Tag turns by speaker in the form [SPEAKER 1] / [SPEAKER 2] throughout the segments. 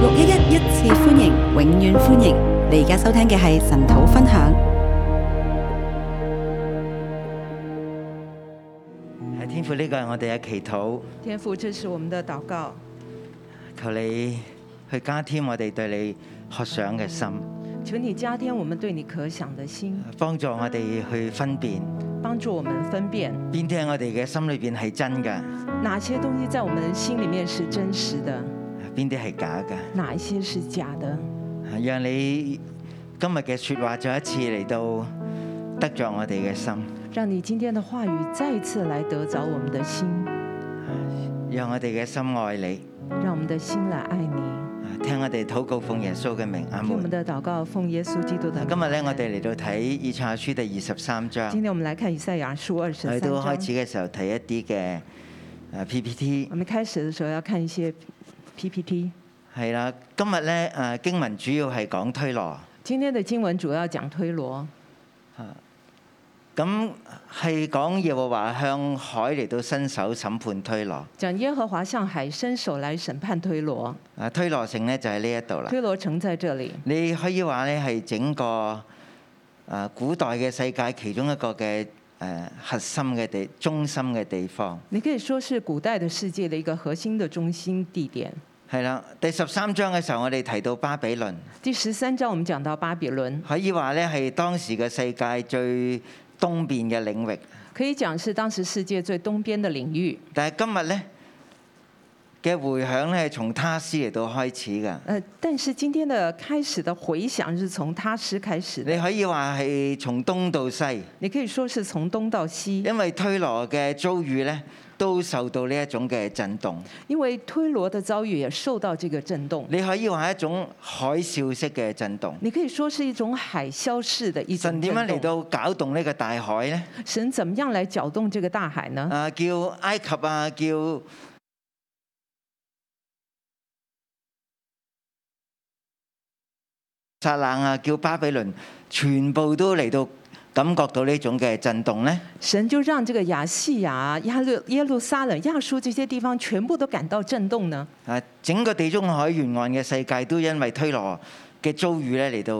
[SPEAKER 1] 六一一一次歡迎，永遠歡迎！你而家收聽嘅係神土分享。
[SPEAKER 2] 係天父，呢個係我哋嘅祈禱，
[SPEAKER 3] 天父，这是我们的祷告，
[SPEAKER 2] 求你去加添我哋對你渴想嘅心，
[SPEAKER 3] 求你加添我们对你可想的心，
[SPEAKER 2] 幫助我哋去分辨
[SPEAKER 3] 帮助我们分辨
[SPEAKER 2] 邊啲喺我哋嘅心裏邊係真嘅，
[SPEAKER 3] 哪些东西在我们心里面是真实的，
[SPEAKER 2] 邊啲係假嘅。
[SPEAKER 3] 哪一些是假的。
[SPEAKER 2] 讓你今日嘅説話再一次嚟到得着我哋嘅心，
[SPEAKER 3] 让你今天的话语再一次来得着我们的心，
[SPEAKER 2] 讓我哋嘅心愛你。
[SPEAKER 3] 让我们的心来爱你。
[SPEAKER 2] 聽我哋禱告奉耶穌嘅名，阿
[SPEAKER 3] 听我
[SPEAKER 2] 門
[SPEAKER 3] 们。的祷告，奉耶稣基督的名。
[SPEAKER 2] 今日咧，我哋嚟到睇以賽亞書第二十三章。
[SPEAKER 3] 今天我们来看以赛亚书二十
[SPEAKER 2] 我哋
[SPEAKER 3] 三
[SPEAKER 2] 都開始
[SPEAKER 3] 章。哎
[SPEAKER 2] 嘅時候睇一啲嘅誒 PPT
[SPEAKER 3] 我们开始的时候要看一些 PPT。
[SPEAKER 2] 係啦。今日咧誒經文主要係講推羅，
[SPEAKER 3] 今天的经文主要講推羅，
[SPEAKER 2] 咁係講耶和華向海嚟到伸手審判推羅。
[SPEAKER 3] 講耶和华向海伸手来審判推羅。
[SPEAKER 2] 啊，推羅城咧就喺呢一度啦。
[SPEAKER 3] 推羅城在这里，
[SPEAKER 2] 你可以話咧係整個誒古代嘅世界其中一個嘅誒核心嘅地中心嘅地方。
[SPEAKER 3] 你可以说是古代的世界的一个核心的中心地点。
[SPEAKER 2] 係啦，第十三章嘅時候，我哋提到巴比倫，
[SPEAKER 3] 第十三章我們講到巴比倫，
[SPEAKER 2] 可以話咧係當時嘅世界最東邊嘅領域。
[SPEAKER 3] 可以講是當時世界最東邊的領域。
[SPEAKER 2] 但係今日咧嘅迴響咧係從他斯嚟到開始㗎。
[SPEAKER 3] 呃，但是今天的開始的回響是從他施開始的，
[SPEAKER 2] 你可以話係從東到西，
[SPEAKER 3] 你可以說是從東到西，
[SPEAKER 2] 因為推羅嘅遭遇咧都受到呢一種嘅震動。
[SPEAKER 3] 因為推羅的遭遇也受到這個震動。
[SPEAKER 2] 你可以話係一種海嘯式嘅震動。
[SPEAKER 3] 你可以說是一種海嘯式的一
[SPEAKER 2] 神
[SPEAKER 3] 種
[SPEAKER 2] 點樣
[SPEAKER 3] 震
[SPEAKER 2] 嚟
[SPEAKER 3] 動。
[SPEAKER 2] 到搞動呢個大海呢？
[SPEAKER 3] 神怎麼樣來攪動這個大海呢？
[SPEAKER 2] 啊，叫埃及啊，叫撒冷啊，叫巴比倫，全部都嚟到感覺到呢種嘅震動呢。
[SPEAKER 3] 神就讓這個亞細亞、耶路耶路撒冷、亞述這些地方全部都感到震動呢？
[SPEAKER 2] 啊，整個地中海沿岸嘅世界都因為推羅嘅遭遇咧嚟到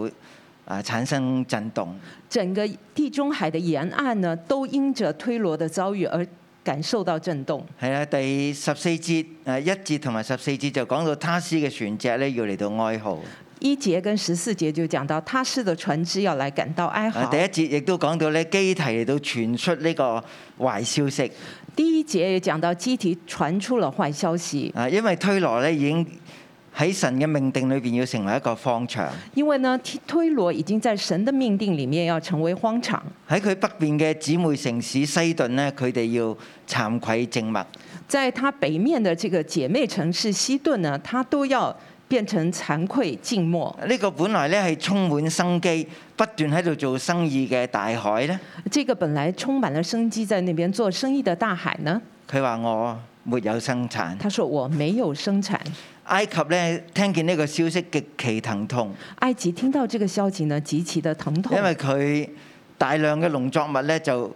[SPEAKER 2] 啊產生震動。
[SPEAKER 3] 整個地中海的沿岸呢，都因着推羅的遭遇而感受到震動。
[SPEAKER 2] 係啦，第十四節誒一節同埋十四節就講到他斯嘅船隻咧要嚟到哀號。
[SPEAKER 3] 一節跟十四節就講到他施的船只要來感到哀
[SPEAKER 2] 啊
[SPEAKER 3] 嚎
[SPEAKER 2] 第。一節亦都講到咧，基提嚟到傳出呢個壞消息
[SPEAKER 3] 第一節也講到基提傳出了壞消息，
[SPEAKER 2] 啊，因為推羅咧已經喺神嘅命定裏邊要成為一個方場，
[SPEAKER 3] 因為呢推推羅已經在神的命定裡面要成為荒場，
[SPEAKER 2] 喺佢北邊嘅姊妹城市西頓呢，佢哋要慚愧靜默，
[SPEAKER 3] 在他北面的這個姐妹城市西頓呢，它都要變成慚愧靜默。
[SPEAKER 2] 呢、個本來咧係充滿生機、不斷喺度做生意嘅大海呢，
[SPEAKER 3] 這個本來充滿了生機，在那邊做生意的大海呢，
[SPEAKER 2] 佢話我沒有生產。
[SPEAKER 3] 他說我沒有生產。
[SPEAKER 2] 埃及呢，聽見呢個消息極其疼痛，
[SPEAKER 3] 埃及聽到這個消息呢，極其的疼痛
[SPEAKER 2] 因，為佢大量嘅農作物咧就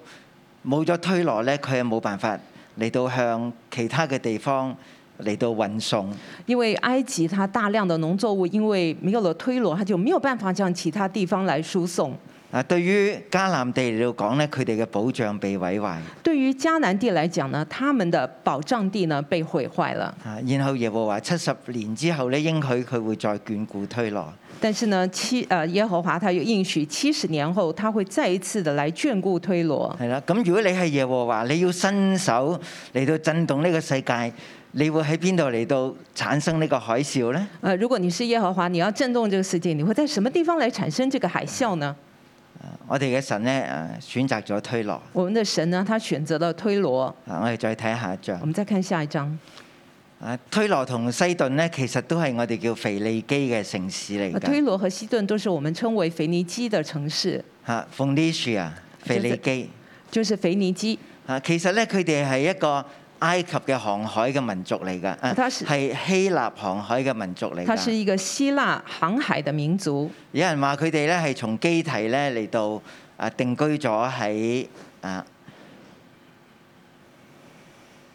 [SPEAKER 2] 冇咗推羅咧，佢係冇辦法嚟到向其他嘅地方嚟到運送。
[SPEAKER 3] 因為埃及它大量的農作物，因為沒有了推羅，它就沒有辦法向其他地方來輸送。
[SPEAKER 2] 啊，對於迦南地嚟到講咧，佢哋嘅保障被毀壞。
[SPEAKER 3] 對於迦南地來講呢，他們的保障地呢被毀壞了，
[SPEAKER 2] 啊，然後耶和華七十年之後咧，應許佢會再眷顧推羅。
[SPEAKER 3] 但是呢，七呃耶和華他又應許七十年後他會再一次的來眷顧推羅。
[SPEAKER 2] 係啦，咁如果你係耶和華，你要伸手嚟到震動呢個世界，你會喺邊度嚟到產生呢個海嘯呢？
[SPEAKER 3] 呃，如果你是耶和華，你要震動這個世界，你會在什麼地方來產生這個海嘯呢？
[SPEAKER 2] 我哋嘅神咧誒選擇咗推羅。
[SPEAKER 3] 我們的神呢，他選擇了推羅。
[SPEAKER 2] 啊，我哋再睇下一章
[SPEAKER 3] 我。們再看下一章。
[SPEAKER 2] 啊，推羅同西頓呢，其實都係我哋叫腓利基嘅城市嚟
[SPEAKER 3] 呃推
[SPEAKER 2] 㗎。
[SPEAKER 3] 羅和西頓都是我們稱為腓尼基的城市，
[SPEAKER 2] 嚇 p h o n i c i a 腓利基。
[SPEAKER 3] 就是腓尼基。
[SPEAKER 2] 啊，其實咧佢哋係一個埃及嘅航海嘅民族嚟㗎，啊
[SPEAKER 3] 它是
[SPEAKER 2] 係希臘航海嘅民族嚟
[SPEAKER 3] 它是
[SPEAKER 2] 㗎。
[SPEAKER 3] 一個希臘航海的民族。
[SPEAKER 2] 有人話佢哋咧係從基提咧嚟到啊定居咗喺啊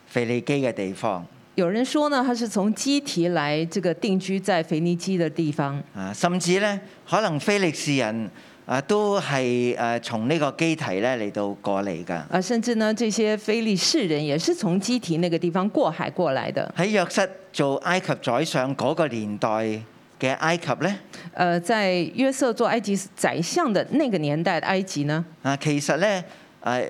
[SPEAKER 2] 腓利基嘅地方。
[SPEAKER 3] 有人说呢，他是从基提来这个定居在腓尼基的地方，
[SPEAKER 2] 啊，甚至咧可能非利士人啊都係誒從呢個基提咧嚟到過嚟㗎。
[SPEAKER 3] 啊，甚至呢这些非利士人也是从基提那个地方过海过来的。
[SPEAKER 2] 喺約瑟做埃及宰相嗰個年代嘅埃及咧，
[SPEAKER 3] 呃，在约瑟做埃及宰相的那个年代的埃及呢，
[SPEAKER 2] 啊，其實咧，誒、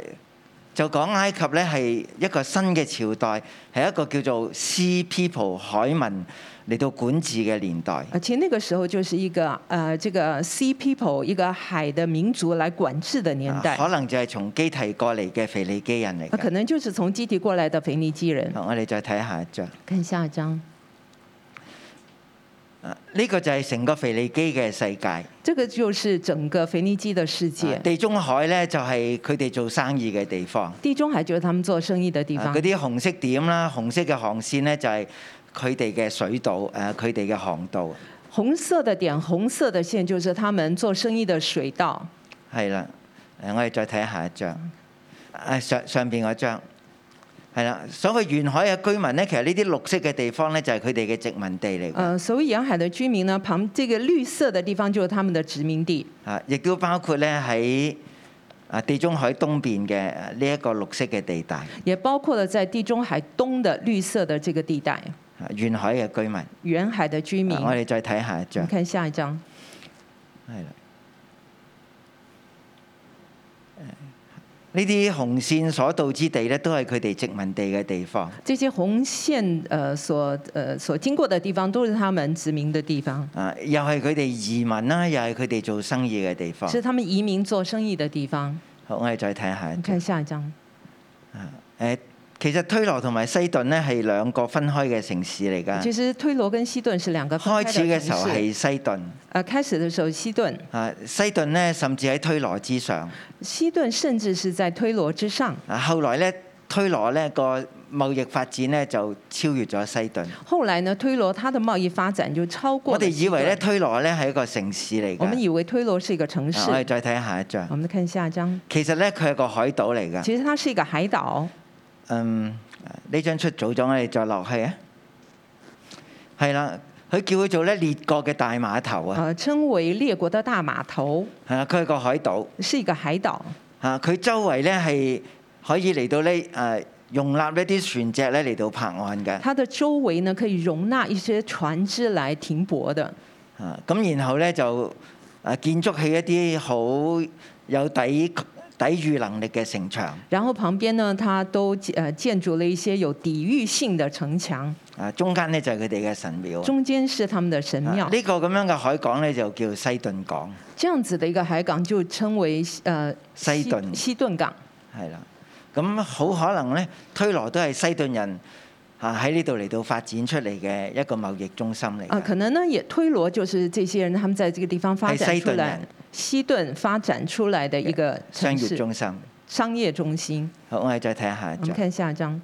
[SPEAKER 2] 就講埃及咧係一個新嘅朝代，係一個叫做 Sea People 海民嚟到管治嘅年代。啊
[SPEAKER 3] 呃，其实那个时候就是一个呃这个 sea people 一个海的民族来管制的年
[SPEAKER 2] 啊
[SPEAKER 3] 代，呃
[SPEAKER 2] 可能就係從基提過嚟嘅腓利基人嚟
[SPEAKER 3] 那可
[SPEAKER 2] 㗎。
[SPEAKER 3] 能就是从基提过来的腓尼基人。
[SPEAKER 2] 好我哋再睇下一張，
[SPEAKER 3] 看下一章，
[SPEAKER 2] 啊呢、個就係成個腓利基嘅世界。
[SPEAKER 3] 这个就是整个腓尼基的世界
[SPEAKER 2] 啊，地中海呢，就係佢哋做生意嘅地方，
[SPEAKER 3] 地中海就是他们做生意的地
[SPEAKER 2] 啊
[SPEAKER 3] 方
[SPEAKER 2] 嗰。啲紅色點啦、紅色嘅航線呢，就係佢哋嘅水道，誒佢哋嘅航道，
[SPEAKER 3] 红色的点，红色的线就是他们做生意的水道。
[SPEAKER 2] 係啦。誒，我哋再睇下一張，誒上上邊嗰張，係啦。所謂沿海嘅居民呢，其實呢啲綠色嘅地方呢，就係佢哋嘅殖民地嚟嘅，
[SPEAKER 3] 呃，所谓沿海的居民呢，旁这个绿色的地方就是他们的殖民地，
[SPEAKER 2] 啊，亦都包括呢喺啊地中海東邊嘅啊呢一個綠色嘅地帶，
[SPEAKER 3] 也包括了在地中海东的绿色的这个地带，
[SPEAKER 2] 啊沿海嘅居民。啊
[SPEAKER 3] 沿海的居民。
[SPEAKER 2] 我哋再睇啊下一
[SPEAKER 3] 我
[SPEAKER 2] 張
[SPEAKER 3] 们。看下一章，
[SPEAKER 2] 係啦。呢啲紅線所到之地咧，都係佢哋殖民地嘅地方。
[SPEAKER 3] 这些红线呃所呃所经过的地方都是他们殖民的地方，
[SPEAKER 2] 啊，又係佢哋移民啦，又係佢哋做生意嘅地方。
[SPEAKER 3] 是他们移民做生意的地方。
[SPEAKER 2] 好，我哋再睇下一
[SPEAKER 3] 我
[SPEAKER 2] 張。
[SPEAKER 3] 们看下一章，
[SPEAKER 2] 誒，其實推羅同埋西頓咧係兩個分開嘅城市嚟
[SPEAKER 3] 其
[SPEAKER 2] 㗎。
[SPEAKER 3] 实推罗跟西頓是兩個分
[SPEAKER 2] 開啊始
[SPEAKER 3] 開的
[SPEAKER 2] 嘅時候
[SPEAKER 3] 城市。
[SPEAKER 2] 係西頓，
[SPEAKER 3] 呃，開始的時候西頓，
[SPEAKER 2] 啊，西頓咧甚至喺推羅之上。
[SPEAKER 3] 西頓甚至是在推羅之上。
[SPEAKER 2] 啊，後來咧推羅咧個貿易發展咧就超越咗西頓。
[SPEAKER 3] 後來呢，推羅它的貿易發展就超過
[SPEAKER 2] 我
[SPEAKER 3] 了
[SPEAKER 2] 哋
[SPEAKER 3] 西
[SPEAKER 2] 以
[SPEAKER 3] 頓
[SPEAKER 2] 為咧，推羅咧係一個城市嚟
[SPEAKER 3] 我
[SPEAKER 2] 㗎
[SPEAKER 3] 們。以為推羅是一個城
[SPEAKER 2] 啊
[SPEAKER 3] 市
[SPEAKER 2] 我。哋再睇下一張
[SPEAKER 3] 我。們看下一章，
[SPEAKER 2] 其實咧，佢係個海島嚟㗎。
[SPEAKER 3] 其實它是一個海島。
[SPEAKER 2] 嗯，呢張出早咗，我哋再落去啊。係啦，佢叫佢做咧列國嘅大碼頭啊。
[SPEAKER 3] 呃，稱為列國的大碼頭，
[SPEAKER 2] 係啊，佢係個海島
[SPEAKER 3] 是一個海島。
[SPEAKER 2] 啊，佢周圍咧係可以嚟到呢誒容納呢啲船隻咧嚟到泊岸嘅。
[SPEAKER 3] 它的周圍呢，可以容納一些船只來停泊的。
[SPEAKER 2] 啊，咁然後咧就啊建築起一啲好有抵抵禦能力嘅城牆
[SPEAKER 3] 然後旁邊呢，它都呃建築了一些有抵禦性的城牆，
[SPEAKER 2] 啊，中間咧就係佢哋嘅神廟啊。
[SPEAKER 3] 中間是他們的神廟
[SPEAKER 2] 啊。呢個咁樣嘅海港咧就叫西頓港。
[SPEAKER 3] 這樣子的一個海港就稱為呃
[SPEAKER 2] 西頓
[SPEAKER 3] 西頓港。
[SPEAKER 2] 係啦，咁好可能咧，推羅都係西頓人啊喺呢度嚟到發展出嚟嘅一個貿易中心嚟
[SPEAKER 3] 啊，
[SPEAKER 2] 嘅。
[SPEAKER 3] 可能呢也推羅就是這些人他們在這個地方發
[SPEAKER 2] 係
[SPEAKER 3] 展
[SPEAKER 2] 西
[SPEAKER 3] 出
[SPEAKER 2] 頓
[SPEAKER 3] 來
[SPEAKER 2] 人，
[SPEAKER 3] 西頓發展出來的一個
[SPEAKER 2] 商
[SPEAKER 3] 城
[SPEAKER 2] 業
[SPEAKER 3] 市
[SPEAKER 2] 中心。
[SPEAKER 3] 商業中心。
[SPEAKER 2] 好，我哋再睇下一
[SPEAKER 3] 我們
[SPEAKER 2] 張。
[SPEAKER 3] 看下一章，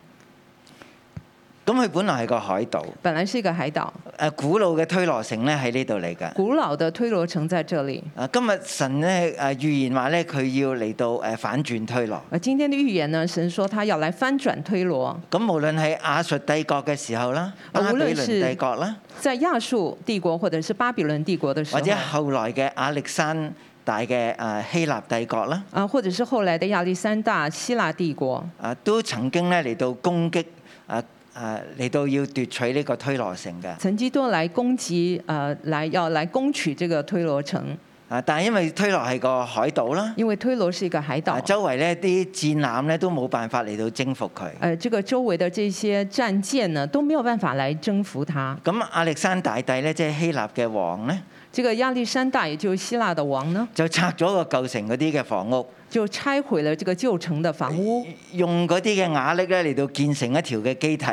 [SPEAKER 2] 咁佢本來係個海島，
[SPEAKER 3] 本來是一個海島，
[SPEAKER 2] 誒古老嘅推羅城咧喺呢度嚟㗎。
[SPEAKER 3] 古老的推羅城在這裡。
[SPEAKER 2] 啊，今日神咧誒預言話咧，佢要嚟到誒反轉推羅。
[SPEAKER 3] 而今天的預言呢，神說他要來翻轉推羅，
[SPEAKER 2] 咁無論係亞述帝國嘅時候啦，
[SPEAKER 3] 啊
[SPEAKER 2] 巴
[SPEAKER 3] 無
[SPEAKER 2] 比
[SPEAKER 3] 論
[SPEAKER 2] 倫
[SPEAKER 3] 是
[SPEAKER 2] 帝國啦，
[SPEAKER 3] 在亞述帝國或者是巴比倫帝國的時
[SPEAKER 2] 或
[SPEAKER 3] 候，
[SPEAKER 2] 者後來嘅亞歷山大嘅誒希臘帝國啦。
[SPEAKER 3] 啊，或者是後來的亞歷山大希臘帝國，
[SPEAKER 2] 啊，都曾經咧嚟到攻擊啊啊嚟到要奪取呢個推羅城嘅
[SPEAKER 3] 曾經都來攻擊，呃，來要來攻取這個推羅城，
[SPEAKER 2] 啊，但係因為推羅係個海島啦，
[SPEAKER 3] 因為推羅是一個海島
[SPEAKER 2] 啊。周圍咧啲戰艦咧都冇辦法嚟到征服佢。
[SPEAKER 3] 呃，这个周围的这些战舰呢都没有办法来征服它。
[SPEAKER 2] 咁亞歷山大帝咧，即係希臘嘅王咧，
[SPEAKER 3] 这个亚历山大，也就是希腊的王呢，
[SPEAKER 2] 就拆咗個舊城嗰啲嘅房屋，
[SPEAKER 3] 就拆毁了这个旧城的房屋，
[SPEAKER 2] 用嗰啲嘅瓦礫咧嚟到建成一條嘅基堤。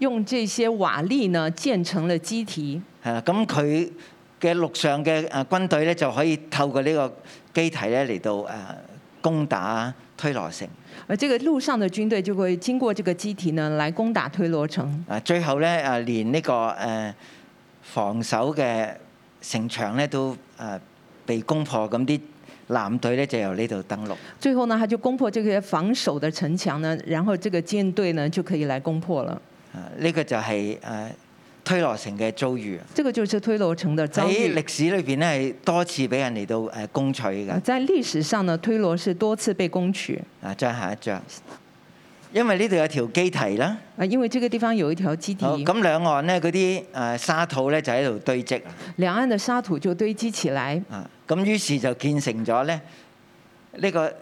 [SPEAKER 3] 用这些瓦砾呢建成了基堤。
[SPEAKER 2] 係啦，啊咁佢嘅陸上嘅啊誒軍隊咧就可以透過呢個基堤咧嚟到誒攻打推羅城。
[SPEAKER 3] 而这个路上的军队就会经过这个基堤呢，来攻打推罗城。
[SPEAKER 2] 啊，最後咧啊，連呢、個呃防守嘅城牆咧都誒被攻破，咁啲艦隊咧就由呢度登陸。
[SPEAKER 3] 最后呢，他就攻破这些防守的城墙呢，然后这个舰队呢就可以来攻破了。
[SPEAKER 2] 啊，呢個就係誒推羅城嘅遭遇。
[SPEAKER 3] 这个就是推罗城的遭
[SPEAKER 2] 喺
[SPEAKER 3] 遇。
[SPEAKER 2] 歷史裏邊咧，係多次俾人嚟到誒攻取
[SPEAKER 3] 啊
[SPEAKER 2] 嘅。
[SPEAKER 3] 在历史上呢，推罗是多次被攻取
[SPEAKER 2] 啊，再下一章，因為呢度有條基堤啦。
[SPEAKER 3] 啊，因为这个地方有一條基
[SPEAKER 2] 好，
[SPEAKER 3] 地，
[SPEAKER 2] 咁兩岸咧嗰啲誒沙土咧就喺度堆積啊。
[SPEAKER 3] 兩岸的沙土就堆积起來，
[SPEAKER 2] 啊，咁於是就建成咗咧呢個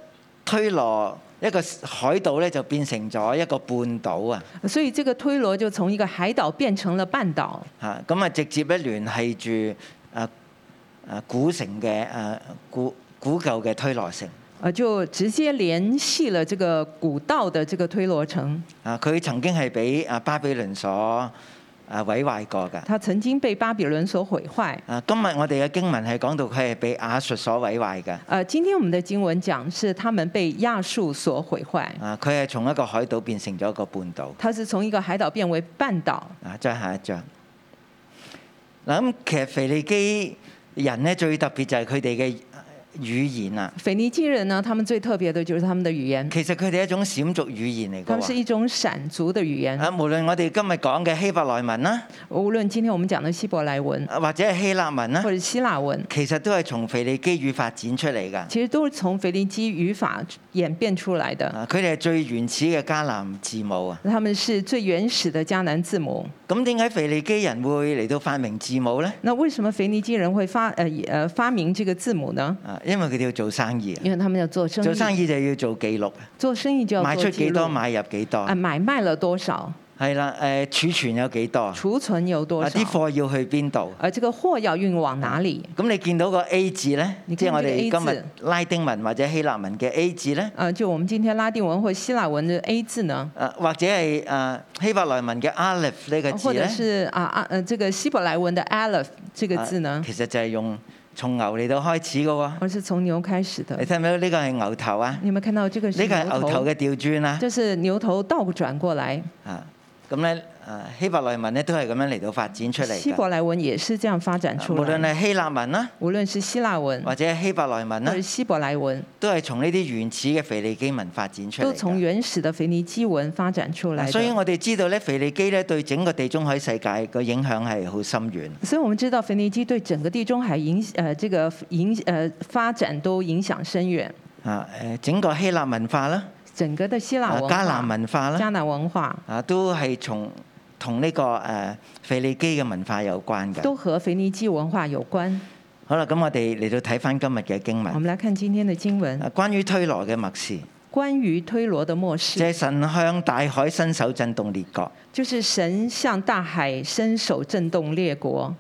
[SPEAKER 2] 推羅一個海島咧，就變成咗一個半島啊！
[SPEAKER 3] 所以这个推罗就從一個海島變成了半島，
[SPEAKER 2] 嚇，咁啊直接咧聯繫住啊啊古城嘅啊古古舊嘅推羅城
[SPEAKER 3] 呃，就直接聯繫了這個古道的這個推罗城，
[SPEAKER 2] 啊，佢曾經係俾啊巴比倫所啊毀壞過㗎。
[SPEAKER 3] 它曾經被巴比倫所毀壞。
[SPEAKER 2] 啊，今日我哋嘅經文係講到佢係被亞述所毀壞㗎。
[SPEAKER 3] 呃，今天我們的經文講是他們被亞述所毀壞，
[SPEAKER 2] 啊，佢係從一個海島變成咗一個半島。
[SPEAKER 3] 它是從一個海島變為半島。
[SPEAKER 2] 啊，再下一張。嗱咁，其實腓利基人咧最特別就係佢哋嘅語言啦。
[SPEAKER 3] 腓尼基人呢，他們最特別的就是他們的語言，
[SPEAKER 2] 其實佢哋係一種閃族語言嚟
[SPEAKER 3] 他們
[SPEAKER 2] 嘅
[SPEAKER 3] 是
[SPEAKER 2] 喎。
[SPEAKER 3] 一種閃族的語言。
[SPEAKER 2] 啊，無論我哋今日講嘅希伯來文啦，
[SPEAKER 3] 無論今天我們講的希伯來文
[SPEAKER 2] 啊或者係希臘文啦
[SPEAKER 3] 或，者希臘文，
[SPEAKER 2] 其實都係從腓利基語發展出嚟㗎。
[SPEAKER 3] 其實都是從腓尼基語法演變出來的。
[SPEAKER 2] 啊，佢哋係最原始嘅迦南字母啊。
[SPEAKER 3] 他們是最原始的迦南字母。
[SPEAKER 2] 咁點解腓利基人會嚟到發明字母呢？
[SPEAKER 3] 那為什麼腓尼基人會發呃呃發明這個字母呢？
[SPEAKER 2] 啊，因為佢哋要做生意啊，
[SPEAKER 3] 因為他們要做生意，
[SPEAKER 2] 做生意就要做記錄，
[SPEAKER 3] 做生意就要
[SPEAKER 2] 賣
[SPEAKER 3] 做
[SPEAKER 2] 出
[SPEAKER 3] 記
[SPEAKER 2] 幾
[SPEAKER 3] 錄
[SPEAKER 2] 多買入幾
[SPEAKER 3] 啊，
[SPEAKER 2] 多，
[SPEAKER 3] 買賣了多少，
[SPEAKER 2] 係啦，誒儲存有幾多。
[SPEAKER 3] 儲存有多
[SPEAKER 2] 啊！
[SPEAKER 3] 少，
[SPEAKER 2] 啲貨要去邊度？
[SPEAKER 3] 而這個貨要運往哪裡？
[SPEAKER 2] 咁你見到個 A 字呢？
[SPEAKER 3] 你
[SPEAKER 2] 即係
[SPEAKER 3] 見
[SPEAKER 2] 我
[SPEAKER 3] 到呢個 A
[SPEAKER 2] 哋
[SPEAKER 3] 字
[SPEAKER 2] 今日拉丁文或者希臘文嘅 A 字呢？
[SPEAKER 3] 呃，就我們今天拉丁文或希臘文的 A 字呢，
[SPEAKER 2] 啊，或者係啊希伯來文嘅 Aleph 呢個字
[SPEAKER 3] 或者
[SPEAKER 2] 呢？
[SPEAKER 3] 是啊啊呃這個希伯來文的 Aleph 這個字
[SPEAKER 2] 啊
[SPEAKER 3] 呢，
[SPEAKER 2] 其實就係用從牛嚟到開始嘅喎。
[SPEAKER 3] 而是從牛開始
[SPEAKER 2] 你
[SPEAKER 3] 的。
[SPEAKER 2] 睇唔睇到呢個係牛頭啊？
[SPEAKER 3] 你有沒有看到這個是
[SPEAKER 2] 呢個係
[SPEAKER 3] 嗯牛
[SPEAKER 2] 牛頭
[SPEAKER 3] 頭？
[SPEAKER 2] 嘅調轉啦。
[SPEAKER 3] 這是牛頭倒轉過來，
[SPEAKER 2] 啊，咁呢，啊希伯來文呢都係咁樣嚟到發展出嚟
[SPEAKER 3] 希
[SPEAKER 2] 嘅。
[SPEAKER 3] 伯來文也是這樣發展
[SPEAKER 2] 啊
[SPEAKER 3] 出嗯
[SPEAKER 2] 無論
[SPEAKER 3] 來。
[SPEAKER 2] 係希臘文啦，
[SPEAKER 3] 無論是希臘文
[SPEAKER 2] 或者希伯來文
[SPEAKER 3] 或
[SPEAKER 2] 啦
[SPEAKER 3] 者，希伯來文，
[SPEAKER 2] 都係從呢啲原始嘅腓利基文發展出嚟
[SPEAKER 3] 都
[SPEAKER 2] 嘅
[SPEAKER 3] 從。原始的腓尼基文發展出來的。
[SPEAKER 2] 所以我哋知道咧，腓利基咧對整個地中海世界個影響係好深遠。
[SPEAKER 3] 所以我們知道腓尼基對整個地中海影呃這個影呃發展都影響深遠，
[SPEAKER 2] 啊誒，整個希臘文化啦，
[SPEAKER 3] 整個的希臘
[SPEAKER 2] 啊
[SPEAKER 3] 文化、
[SPEAKER 2] 迦南文化啦，
[SPEAKER 3] 迦南文化
[SPEAKER 2] 啊都係從同呢個誒腓利基嘅文化有關嘅。
[SPEAKER 3] 都和腓尼基文化有關。
[SPEAKER 2] 好啦，咁我哋嚟到睇翻今日嘅經
[SPEAKER 3] 我
[SPEAKER 2] 文，
[SPEAKER 3] 們來看今天的經文，
[SPEAKER 2] 啊關於推羅嘅默示，
[SPEAKER 3] 關於推羅的末
[SPEAKER 2] 即
[SPEAKER 3] 世，
[SPEAKER 2] 係神向大海伸手震動列國，
[SPEAKER 3] 就是神向大海伸手震動列國，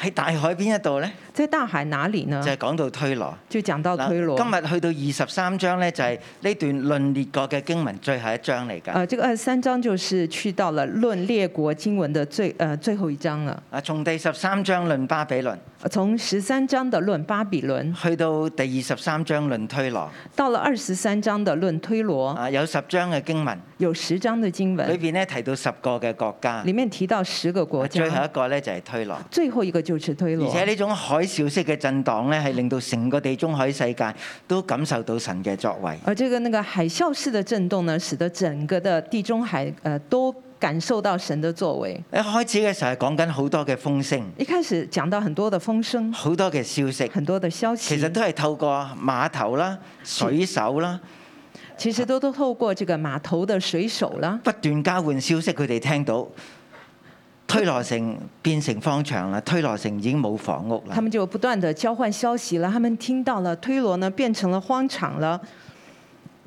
[SPEAKER 2] 喺大海邊一度咧，
[SPEAKER 3] 在大海哪裡呢
[SPEAKER 2] 就？係講到推羅。
[SPEAKER 3] 就講到
[SPEAKER 2] 嗱
[SPEAKER 3] 啊哦推羅。
[SPEAKER 2] 今日去到二十三章咧，就係呢段論列國嘅經文最後一章嚟㗎。
[SPEAKER 3] 呃，這個二十三章就是去到了論列國經文的最呃最後一章了，
[SPEAKER 2] 啊，從第十三章論巴比倫。
[SPEAKER 3] 從十三章的論巴比倫
[SPEAKER 2] 去到第二十三章論推羅，
[SPEAKER 3] 到了二十三章的論推羅，
[SPEAKER 2] 啊有十章嘅經文，
[SPEAKER 3] 有十章的經
[SPEAKER 2] 裏
[SPEAKER 3] 文，
[SPEAKER 2] 邊咧提到十個嘅國家，啊
[SPEAKER 3] 里面提到十個國
[SPEAKER 2] 最後一
[SPEAKER 3] 家，
[SPEAKER 2] 個咧就係推羅。而
[SPEAKER 3] 最後一個就是推羅，
[SPEAKER 2] 且呢種海嘯式嘅震盪咧，係令到成個地中海世界都感受到神嘅作為。
[SPEAKER 3] 而這個那個海嘯式的震動呢，使得整個的地中海呃都感受到神的作為。
[SPEAKER 2] 一開始嘅時候係講緊好多嘅風聲，
[SPEAKER 3] 一開始講到很多的風聲，
[SPEAKER 2] 好多嘅消息，
[SPEAKER 3] 很多的消息，
[SPEAKER 2] 其實都係透過碼頭啦、水手啦，
[SPEAKER 3] 其實都都透過這個碼頭的水手啦，
[SPEAKER 2] 不斷交換消息，佢哋聽到。推羅城變成荒場啦，推羅城已經冇房屋啦
[SPEAKER 3] 他。們就不斷的交換消息了。他們聽到了推羅呢變成了荒場了，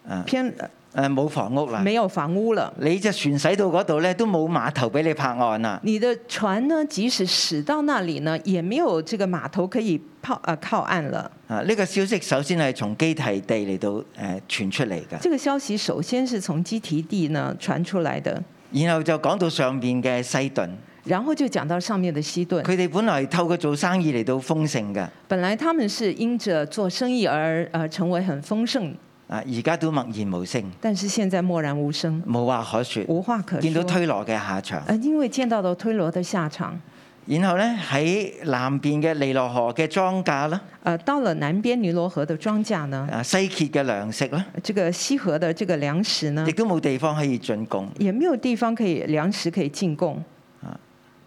[SPEAKER 2] 啊
[SPEAKER 3] 偏、
[SPEAKER 2] 誒冇房屋
[SPEAKER 3] 呃
[SPEAKER 2] 啦，
[SPEAKER 3] 沒有房屋了。
[SPEAKER 2] 你隻船駛到嗰度咧，都冇碼頭俾你啊泊岸啦。
[SPEAKER 3] 你的船呢，即使驶到那裡呢，也沒有這個碼頭可以靠呃靠岸了。
[SPEAKER 2] 啊，呢、個消息首先係從基提地嚟到誒、呃、傳出嚟㗎，
[SPEAKER 3] 這個消息首先是從基提地呢傳出來的，
[SPEAKER 2] 然後就講到上面嘅西頓，
[SPEAKER 3] 然後就講到上面的西頓。
[SPEAKER 2] 佢哋本來透過做生意嚟到豐盛㗎，
[SPEAKER 3] 本來他們是因着做生意而呃成為很豐盛，
[SPEAKER 2] 啊，而家都默然無聲，
[SPEAKER 3] 但是現在默然無聲，
[SPEAKER 2] 無話可説，
[SPEAKER 3] 無話可
[SPEAKER 2] 見到
[SPEAKER 3] 說。
[SPEAKER 2] 推羅嘅下場，
[SPEAKER 3] 呃，因為見到了推羅的下場，
[SPEAKER 2] 然後呢，喺南邊嘅尼羅河嘅莊稼啦，
[SPEAKER 3] 呃，到了南边尼罗河的庄稼呢，
[SPEAKER 2] 啊西結嘅糧食啦，
[SPEAKER 3] 这个西河的这个粮食呢
[SPEAKER 2] 亦，都冇地方可以進貢。
[SPEAKER 3] 也没有地方可以粮食可以进贡。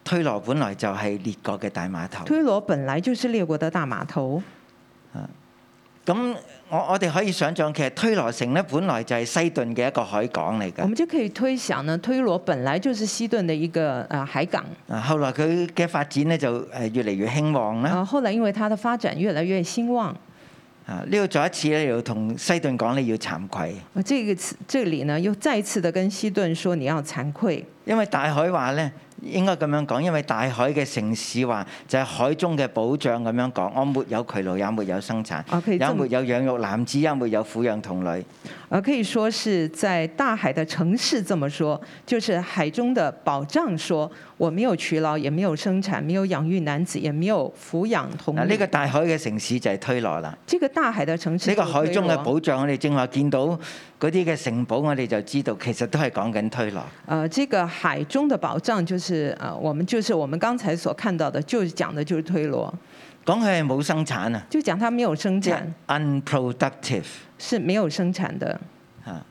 [SPEAKER 2] 推羅本來就係列國嘅大碼頭，
[SPEAKER 3] 推罗本来就是列国的大码头，
[SPEAKER 2] 咁我我哋可以想像，其實推羅城呢，本來就係西頓嘅一個海港嚟
[SPEAKER 3] 我
[SPEAKER 2] 㗎。
[SPEAKER 3] 们就可以推想呢，推罗本来就是西顿的一个呃海港，
[SPEAKER 2] 啊，後來佢嘅發展呢，就誒越嚟越興旺啦。
[SPEAKER 3] 啊，后来因为它的发展越来越兴旺，
[SPEAKER 2] 啊，呢度再一次咧，要同西頓講你要慚愧，
[SPEAKER 3] 呃这个词这里呢又再次的跟西顿说你要惭愧，
[SPEAKER 2] 因為大海話呢，應該咁樣講，因為大海嘅城市話就係海中嘅保障咁樣講，我沒有賄賂，也沒有生產，
[SPEAKER 3] 啊可以
[SPEAKER 2] 也
[SPEAKER 3] 這麼
[SPEAKER 2] 沒有養育男子，也沒有撫養童女。
[SPEAKER 3] 呃，可以说是在大海的城市这么说，就是海中的保障说，我没有娶老，也没有生产，没有养育男子，也没有抚养童女。
[SPEAKER 2] 嗱，呢個大海嘅城市就係推羅啦。
[SPEAKER 3] 这个大海的城市，
[SPEAKER 2] 呢個海中嘅，保障，我哋正話見到嗰啲嘅城堡，我哋就知道其實都係講緊推羅。
[SPEAKER 3] 呃，这个海中的保障就是呃，我们就是我们刚才所看到的，就是讲的就是推罗，
[SPEAKER 2] 講佢係冇生產啊，
[SPEAKER 3] 就讲它没有生
[SPEAKER 2] 即
[SPEAKER 3] 产
[SPEAKER 2] 係，unproductive
[SPEAKER 3] 是没有生产的，
[SPEAKER 2] 嚇，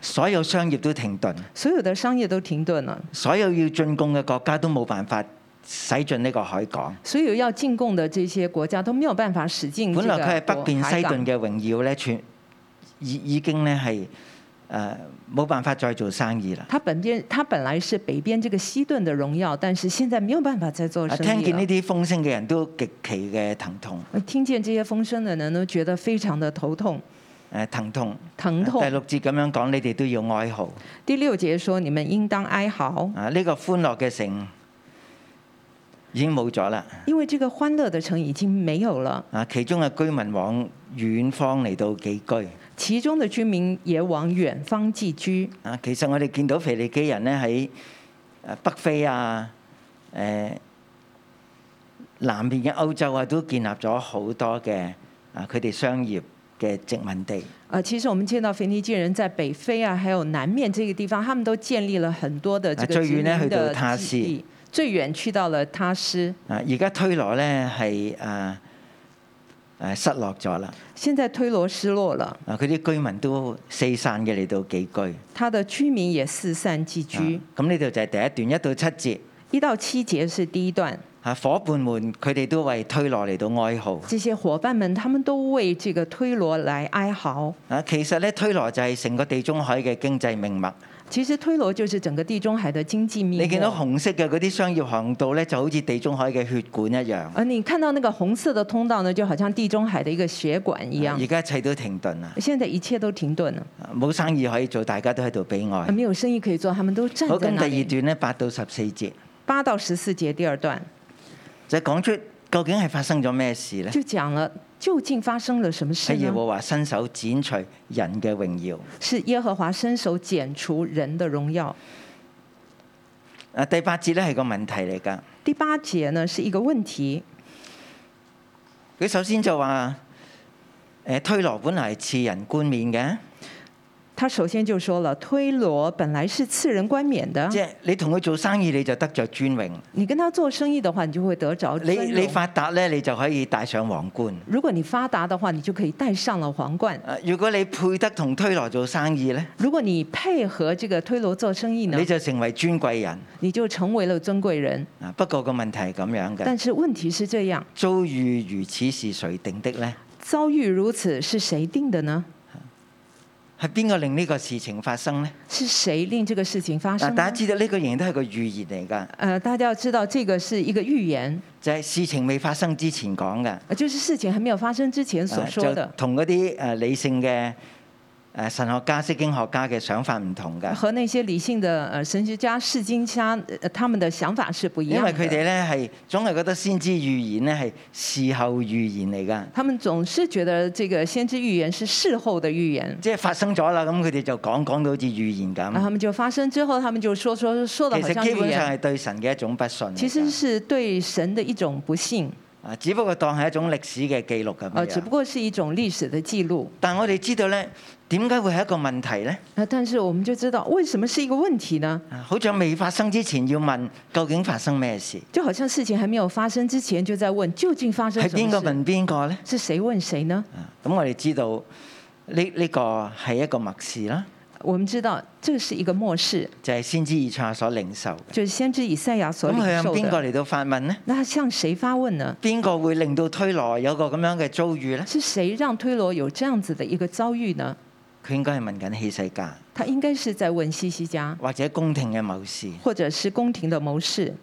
[SPEAKER 2] 所有商業都停頓。
[SPEAKER 3] 所有的商业都停顿了，
[SPEAKER 2] 所有要進貢嘅國家都冇辦法使進呢個海港。
[SPEAKER 3] 所有要进贡的这些国家都没有办法使劲。
[SPEAKER 2] 本來佢係北邊西
[SPEAKER 3] 顿
[SPEAKER 2] 頓嘅榮耀咧，全已已經咧係誒冇辦法再做生意啦。
[SPEAKER 3] 它本边，它本来是北边这个西顿的荣耀，但是现在没有办法再做
[SPEAKER 2] 啊，
[SPEAKER 3] 生
[SPEAKER 2] 聽
[SPEAKER 3] 意
[SPEAKER 2] 見呢
[SPEAKER 3] 了。
[SPEAKER 2] 啲風聲嘅人都極其嘅疼痛，
[SPEAKER 3] 呃听见这些风声的人都觉得非常的头痛，
[SPEAKER 2] 誒疼痛。啊
[SPEAKER 3] 疼
[SPEAKER 2] 第
[SPEAKER 3] 痛。
[SPEAKER 2] 六節咁樣講，你哋都要哀嚎。
[SPEAKER 3] 第六节说：你们应当哀嚎，
[SPEAKER 2] 啊，呢、個歡樂嘅城已經冇咗啦。
[SPEAKER 3] 因为这个欢乐的城已经没有了，
[SPEAKER 2] 啊，其中嘅居民往遠方嚟到寄居。
[SPEAKER 3] 其中的居民也往远方寄居。
[SPEAKER 2] 啊，其實我哋見到腓尼基人咧喺誒北非啊、誒、南邊嘅歐洲啊，都建立咗好多嘅啊佢哋商業嘅殖民地。
[SPEAKER 3] 呃，其实我们见到腓尼基人在北非啊，还有南面这个地方，他们都建立了很多的这
[SPEAKER 2] 啊
[SPEAKER 3] 个
[SPEAKER 2] 最
[SPEAKER 3] 殖
[SPEAKER 2] 远呢
[SPEAKER 3] 民
[SPEAKER 2] 去到
[SPEAKER 3] 的
[SPEAKER 2] 他
[SPEAKER 3] 基地，最远去到了他施。
[SPEAKER 2] 啊，而家推羅咧係啊誒失落咗啦，
[SPEAKER 3] 现在推罗失落了，
[SPEAKER 2] 啊佢啲居民都四散嘅嚟到寄居。
[SPEAKER 3] 他的居民也四散寄
[SPEAKER 2] 啊
[SPEAKER 3] 居。
[SPEAKER 2] 咁呢度就係第一段一到七節。
[SPEAKER 3] 一到七节是第一段，
[SPEAKER 2] 啊！伙伴們，佢哋都為推羅嚟到哀號。
[SPEAKER 3] 这些伙伴们他们都为这个推罗来哀嚎。
[SPEAKER 2] 啊，其實咧，推羅就係成個地中海嘅經濟命脈。
[SPEAKER 3] 其实推罗就是整个地中海的經濟命
[SPEAKER 2] 你
[SPEAKER 3] 脉。
[SPEAKER 2] 見到紅色嘅嗰啲商業航道咧，就好似地中海嘅血管一樣。
[SPEAKER 3] 呃，你看到那个紅色的通道呢，就好像地中海的一个血管一样
[SPEAKER 2] 而。家一切都停頓啦，
[SPEAKER 3] 现在一切都停頓了，
[SPEAKER 2] 冇生意可以做，大家都喺度悲
[SPEAKER 3] 呃
[SPEAKER 2] 哀。
[SPEAKER 3] 没有生意可以做，他们都站
[SPEAKER 2] 哎好，
[SPEAKER 3] 在那
[SPEAKER 2] 咁第二
[SPEAKER 3] 里。
[SPEAKER 2] 段咧，八到十四節
[SPEAKER 3] 八到十四节第二段
[SPEAKER 2] 就講出究竟係發生咗咩事咧？
[SPEAKER 3] 就講了究竟發生了什么事
[SPEAKER 2] 喺哎耶
[SPEAKER 3] 呢？
[SPEAKER 2] 和華伸手剪除人嘅榮耀。
[SPEAKER 3] 是耶和華伸手剪除人的榮耀。
[SPEAKER 2] 啊，第八節咧係個問題嚟㗎。
[SPEAKER 3] 第八节呢是一個問題，
[SPEAKER 2] 佢首先就話：誒推羅本來係賜人冠冕嘅。
[SPEAKER 3] 啊他首先就说了，推罗本来是赐人冠冕的
[SPEAKER 2] 即，係你同佢做生意，你就得着尊榮；
[SPEAKER 3] 你跟他做生意的话，你就会得着尊
[SPEAKER 2] 你你
[SPEAKER 3] 荣。
[SPEAKER 2] 發達咧，你就可以戴上皇冠。
[SPEAKER 3] 如果你发达的话，你就可以戴上了皇冠。
[SPEAKER 2] 啊如果你配得同推羅做生意咧，
[SPEAKER 3] 如果你配合这个推罗做生意呢
[SPEAKER 2] 你，就成為尊貴人。
[SPEAKER 3] 你就成为了尊贵人。
[SPEAKER 2] 啊，不過個問題係咁樣嘅，
[SPEAKER 3] 但是問題是这样，
[SPEAKER 2] 遭遇如此是誰定的呢？
[SPEAKER 3] 遭遇如此是谁定的呢？
[SPEAKER 2] 係邊個令呢個事情發生呢？
[SPEAKER 3] 是谁令这个事情发
[SPEAKER 2] 嗱，
[SPEAKER 3] 生
[SPEAKER 2] 啊大家
[SPEAKER 3] 呢？
[SPEAKER 2] 知道呢個仍然都係個預言嚟㗎，
[SPEAKER 3] 呃，大家要知道，这个是一个预言，
[SPEAKER 2] 就係、事情未發生之前講㗎。
[SPEAKER 3] 呃就是事情还没有发生之前所
[SPEAKER 2] 啊
[SPEAKER 3] 说
[SPEAKER 2] 就
[SPEAKER 3] 的，
[SPEAKER 2] 同嗰啲誒理性嘅誒神學家、釋經學家嘅想法唔同㗎，
[SPEAKER 3] 和那些理性的呃神学家、释经家、呃他们的想法是不 一
[SPEAKER 2] 因
[SPEAKER 3] 样
[SPEAKER 2] 為
[SPEAKER 3] 的。
[SPEAKER 2] 佢哋咧係總係覺得先知預言咧係事後預言嚟㗎。
[SPEAKER 3] 他们总是觉得这个先知预言是事后的预言，
[SPEAKER 2] 即係發生咗啦，咁佢哋就講講到好似預言
[SPEAKER 3] 然后他
[SPEAKER 2] 咁。
[SPEAKER 3] 们就发生之后，他们就說说说的
[SPEAKER 2] 嗯其
[SPEAKER 3] 啊好
[SPEAKER 2] 實
[SPEAKER 3] 像
[SPEAKER 2] 基
[SPEAKER 3] 预
[SPEAKER 2] 本上
[SPEAKER 3] 言，
[SPEAKER 2] 係對神嘅一種不信嚟㗎。
[SPEAKER 3] 其實是对神的一种不信，
[SPEAKER 2] 啊，只不過當係一種歷史嘅記錄咁
[SPEAKER 3] 呃，只不
[SPEAKER 2] 樣。
[SPEAKER 3] 过是一种历史的记录。
[SPEAKER 2] 但我哋知道咧，點解會係一個問題咧？
[SPEAKER 3] 那但是我们就知道为什么是一个問題呢？
[SPEAKER 2] 啊好像未發生之前要問究竟發生咩事，
[SPEAKER 3] 就好像事情还没有发生之前，就在问究竟发生
[SPEAKER 2] 係
[SPEAKER 3] 什
[SPEAKER 2] 邊個
[SPEAKER 3] 么事？
[SPEAKER 2] 問邊個咧？
[SPEAKER 3] 是谁问谁呢？
[SPEAKER 2] 啊咁我哋知道呢呢個係一個默示啦，
[SPEAKER 3] 我们知道这是一个末世，
[SPEAKER 2] 就係先知以賽亞所領受嘅。
[SPEAKER 3] 就是先知以赛亚所
[SPEAKER 2] 咁佢
[SPEAKER 3] 领
[SPEAKER 2] 向
[SPEAKER 3] 受
[SPEAKER 2] 邊個
[SPEAKER 3] 的。
[SPEAKER 2] 嚟到發問呢？
[SPEAKER 3] 那他向谁發問呢？
[SPEAKER 2] 邊個會令到推羅有個咁樣嘅遭遇呢？
[SPEAKER 3] 是谁让推罗有这样子的一个遭遇呢？
[SPEAKER 2] 佢應該係問緊希世家
[SPEAKER 3] 他应该是在问西西家，
[SPEAKER 2] 或者宮廷嘅謀士。
[SPEAKER 3] 或者是宫廷的谋士。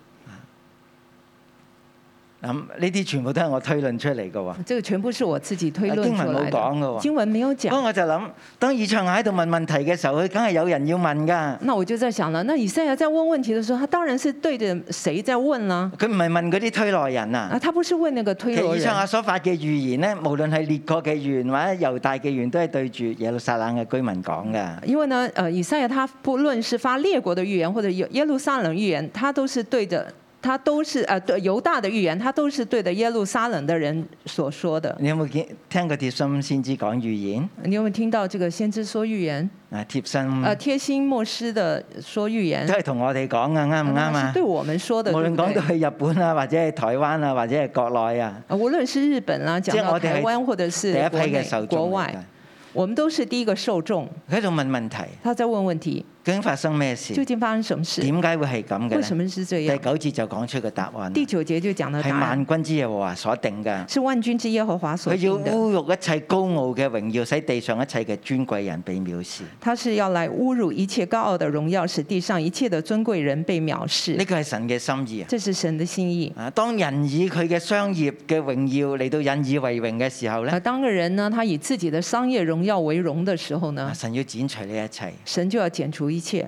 [SPEAKER 2] 咁呢啲全部都係我推論出嚟嘅喎。
[SPEAKER 3] 这个全部是我自己推论
[SPEAKER 2] 经文
[SPEAKER 3] 出来
[SPEAKER 2] 冇讲嘅
[SPEAKER 3] 的。
[SPEAKER 2] 喎
[SPEAKER 3] 经文没有
[SPEAKER 2] 不過
[SPEAKER 3] 讲。
[SPEAKER 2] 我就諗，當以賽亞喺度問問題嘅時候，佢梗係有人要問㗎。
[SPEAKER 3] 那我就在想了，那以赛亚在问问题的时候，他当然是对着谁在问啦、
[SPEAKER 2] 佢唔係問嗰啲推羅人
[SPEAKER 3] 啊？
[SPEAKER 2] 啊。
[SPEAKER 3] 他不是問那个
[SPEAKER 2] 其
[SPEAKER 3] 推
[SPEAKER 2] 實
[SPEAKER 3] 罗
[SPEAKER 2] 以賽亞
[SPEAKER 3] 人。
[SPEAKER 2] 所發嘅預言呢，無論係列國嘅預言或者猶大嘅預言，都係對住耶路撒冷嘅居民講㗎。
[SPEAKER 3] 因为呢，呃，以赛亚他不论是发列国的预言，或者耶耶路撒冷预言，他都是对着他都是呃对犹大的预言，他都是对着耶路撒冷的人所说的。
[SPEAKER 2] 你有冇見聽過貼心先知講預言？
[SPEAKER 3] 你有没有听到这个先知说预言？
[SPEAKER 2] 啊，貼心
[SPEAKER 3] 呃，贴心牧师的说预言
[SPEAKER 2] 都，係同我哋講㗎，啱唔啱
[SPEAKER 3] 那
[SPEAKER 2] 啊
[SPEAKER 3] 是对？我们说的。
[SPEAKER 2] 無
[SPEAKER 3] 对
[SPEAKER 2] 論
[SPEAKER 3] 不对
[SPEAKER 2] 講到去日本啊，或者係台灣啊，或者係國內啊，
[SPEAKER 3] 呃无论是日本啦、
[SPEAKER 2] 即
[SPEAKER 3] 讲
[SPEAKER 2] 係
[SPEAKER 3] 到
[SPEAKER 2] 我哋係
[SPEAKER 3] 台湾或者是
[SPEAKER 2] 第一批
[SPEAKER 3] 国
[SPEAKER 2] 嘅
[SPEAKER 3] 内
[SPEAKER 2] 受
[SPEAKER 3] 国
[SPEAKER 2] 眾嚟㗎
[SPEAKER 3] 外，我们都是第一个受众。
[SPEAKER 2] 佢喺度問問題，
[SPEAKER 3] 他在问问題，
[SPEAKER 2] 究竟發生咩
[SPEAKER 3] 究
[SPEAKER 2] 事？
[SPEAKER 3] 竟發生什么事？
[SPEAKER 2] 點解會係咁
[SPEAKER 3] 为
[SPEAKER 2] 嘅
[SPEAKER 3] 什
[SPEAKER 2] 呢？
[SPEAKER 3] 麼是这
[SPEAKER 2] 第
[SPEAKER 3] 样？
[SPEAKER 2] 九節就講出個答案啦，
[SPEAKER 3] 第九節就講了
[SPEAKER 2] 係
[SPEAKER 3] 答案，
[SPEAKER 2] 萬軍之耶和華所定㗎。
[SPEAKER 3] 是萬軍之耶和華所
[SPEAKER 2] 佢要
[SPEAKER 3] 定的。
[SPEAKER 2] 侮辱一切高傲嘅榮耀，使地上一切嘅尊貴人被藐視。
[SPEAKER 3] 他是要来侮辱一切高傲的榮耀，使地上一切的尊貴人被藐
[SPEAKER 2] 呢
[SPEAKER 3] 視。
[SPEAKER 2] 個係神嘅心意啊！
[SPEAKER 3] 这是神的心意。
[SPEAKER 2] 啊，當人以佢嘅商業嘅榮耀嚟到引以為榮嘅時候
[SPEAKER 3] 而
[SPEAKER 2] 咧，
[SPEAKER 3] 當個啊人呢，他以自己的商業榮耀為榮的時候
[SPEAKER 2] 啊
[SPEAKER 3] 呢，
[SPEAKER 2] 神要剪除呢一切。
[SPEAKER 3] 神就要剪除一切。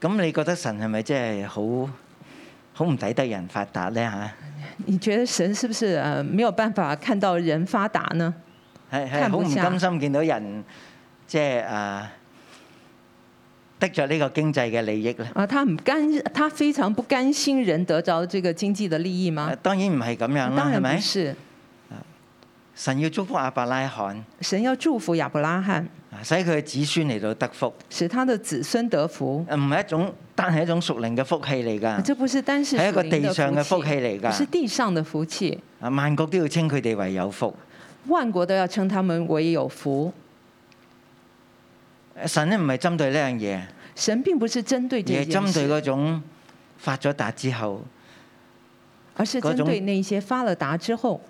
[SPEAKER 2] 咁你覺得神係咪真係好好唔抵得人發達咧嚇？
[SPEAKER 3] 你覺得神是不是呃沒有辦法看到人發達呢？
[SPEAKER 2] 係係
[SPEAKER 3] 看
[SPEAKER 2] 好
[SPEAKER 3] 不
[SPEAKER 2] 唔
[SPEAKER 3] 下
[SPEAKER 2] 甘心見到人即係啊得着呢個經濟嘅利益咧。
[SPEAKER 3] 啊，他很不甘，他非常不甘心人得着這個經濟的利益
[SPEAKER 2] 啊
[SPEAKER 3] 嗎？
[SPEAKER 2] 當然唔係咁樣啦係
[SPEAKER 3] 當，呃然不
[SPEAKER 2] 咪？
[SPEAKER 3] 是。
[SPEAKER 2] 神要祝福亞伯拉罕，
[SPEAKER 3] 神要祝福亞伯拉罕，
[SPEAKER 2] 啊使佢嘅子孫嚟到得福。
[SPEAKER 3] 使他的子孫得福。
[SPEAKER 2] 唔係一種單係一種屬靈嘅福氣嚟㗎，
[SPEAKER 3] 這不是單是
[SPEAKER 2] 係一個
[SPEAKER 3] 屬靈
[SPEAKER 2] 地上嘅
[SPEAKER 3] 的
[SPEAKER 2] 福
[SPEAKER 3] 福
[SPEAKER 2] 氣
[SPEAKER 3] 氣，
[SPEAKER 2] 嚟
[SPEAKER 3] 是
[SPEAKER 2] 㗎。
[SPEAKER 3] 地上的福氣。
[SPEAKER 2] 啊，萬國都要稱佢哋為有福。
[SPEAKER 3] 萬國都要稱他們為有福。
[SPEAKER 2] 神咧唔係針對呢樣嘢，
[SPEAKER 3] 神並不是針對
[SPEAKER 2] 而
[SPEAKER 3] 這
[SPEAKER 2] 係
[SPEAKER 3] 件
[SPEAKER 2] 針對
[SPEAKER 3] 事，
[SPEAKER 2] 嗰種發咗達之後
[SPEAKER 3] 而是
[SPEAKER 2] 嗰
[SPEAKER 3] 針
[SPEAKER 2] 種
[SPEAKER 3] 對那些發了達之後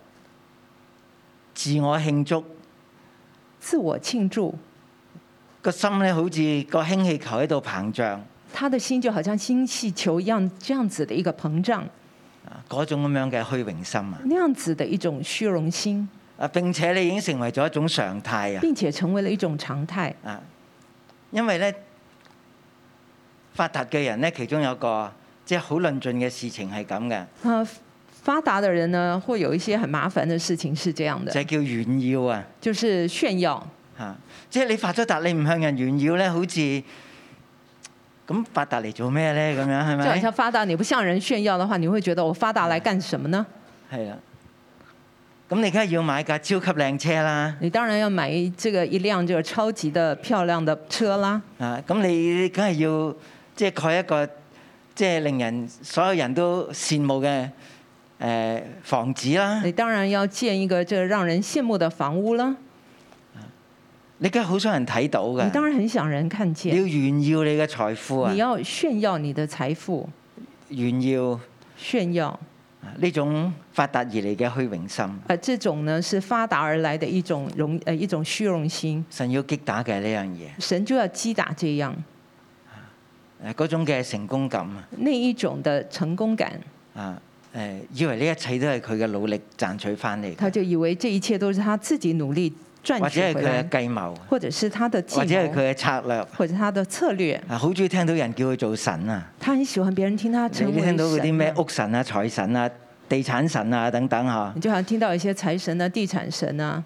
[SPEAKER 2] 自我慶祝
[SPEAKER 3] 自我慶祝，
[SPEAKER 2] 個心咧，好似個氫氣球喺度膨脹
[SPEAKER 3] 他的心就好像氢氣球一樣，這樣子的一個膨脹，
[SPEAKER 2] 啊嗰種咁樣嘅虛榮心啊！
[SPEAKER 3] 那樣子的一種虛榮心，
[SPEAKER 2] 啊，並且你已經成為咗一種常態啊！
[SPEAKER 3] 並且成為了一種常態。
[SPEAKER 2] 啊，因為咧發達嘅人咧，其中有個即係好論盡嘅事情係咁嘅，
[SPEAKER 3] 呃，發達的人呢，會有一些很麻煩的事情是這樣
[SPEAKER 2] 就
[SPEAKER 3] 的，
[SPEAKER 2] 係叫炫耀啊！
[SPEAKER 3] 就是炫耀。
[SPEAKER 2] 嚇、即係你發咗達，你唔向人炫耀咧，好似咁發達嚟做咩咧？咁樣係
[SPEAKER 3] 就好
[SPEAKER 2] 咪？
[SPEAKER 3] 像發達，你不向人炫耀的話，你會覺得我發達來幹什麼呢？
[SPEAKER 2] 係啦。咁你梗係要買架超級靚車啦，
[SPEAKER 3] 你當然要買一這個一輛這個超級的漂亮的車啦，
[SPEAKER 2] 啊！咁你梗係要即係蓋一個即係令人所有人都羨慕嘅誒、呃房子啦。
[SPEAKER 3] 你當然要建一個這個讓人羨慕的房屋啦，
[SPEAKER 2] 你梗係好想人睇到
[SPEAKER 3] 你當
[SPEAKER 2] 㗎。
[SPEAKER 3] 然很想人看
[SPEAKER 2] 你
[SPEAKER 3] 見，
[SPEAKER 2] 要炫耀你嘅財富啊
[SPEAKER 3] 你！要炫耀你的財富，
[SPEAKER 2] 炫耀啊
[SPEAKER 3] 炫耀，
[SPEAKER 2] 呢種發達而嚟嘅虛榮心，
[SPEAKER 3] 呃，這種呢是發達而來的一種榮呃一種虛榮心，
[SPEAKER 2] 神要擊打嘅呢樣嘢
[SPEAKER 3] 神就要擊打這樣
[SPEAKER 2] 誒呃嗰種嘅成功感啊！
[SPEAKER 3] 那一種的成功感，
[SPEAKER 2] 啊誒，以為呢一切都係佢嘅努力賺取翻嚟嘅，
[SPEAKER 3] 他就以為這一切都是他自己努力賺
[SPEAKER 2] 或者
[SPEAKER 3] 取
[SPEAKER 2] 係
[SPEAKER 3] 回
[SPEAKER 2] 佢嘅
[SPEAKER 3] 來，
[SPEAKER 2] 計謀，
[SPEAKER 3] 或者是他的計
[SPEAKER 2] 或者係
[SPEAKER 3] 謀，
[SPEAKER 2] 佢嘅策略。
[SPEAKER 3] 或者他的策略。
[SPEAKER 2] 啊，好中意聽到人叫佢做神啊！
[SPEAKER 3] 他很喜歡別人聽他
[SPEAKER 2] 你
[SPEAKER 3] 成
[SPEAKER 2] 你
[SPEAKER 3] 為
[SPEAKER 2] 聽到嗰啲
[SPEAKER 3] 神
[SPEAKER 2] 咩
[SPEAKER 3] 啊
[SPEAKER 2] 屋神啊、財神啊、地產神啊等等嚇、啊
[SPEAKER 3] 你就好像听到一些财神啊、地产神啊，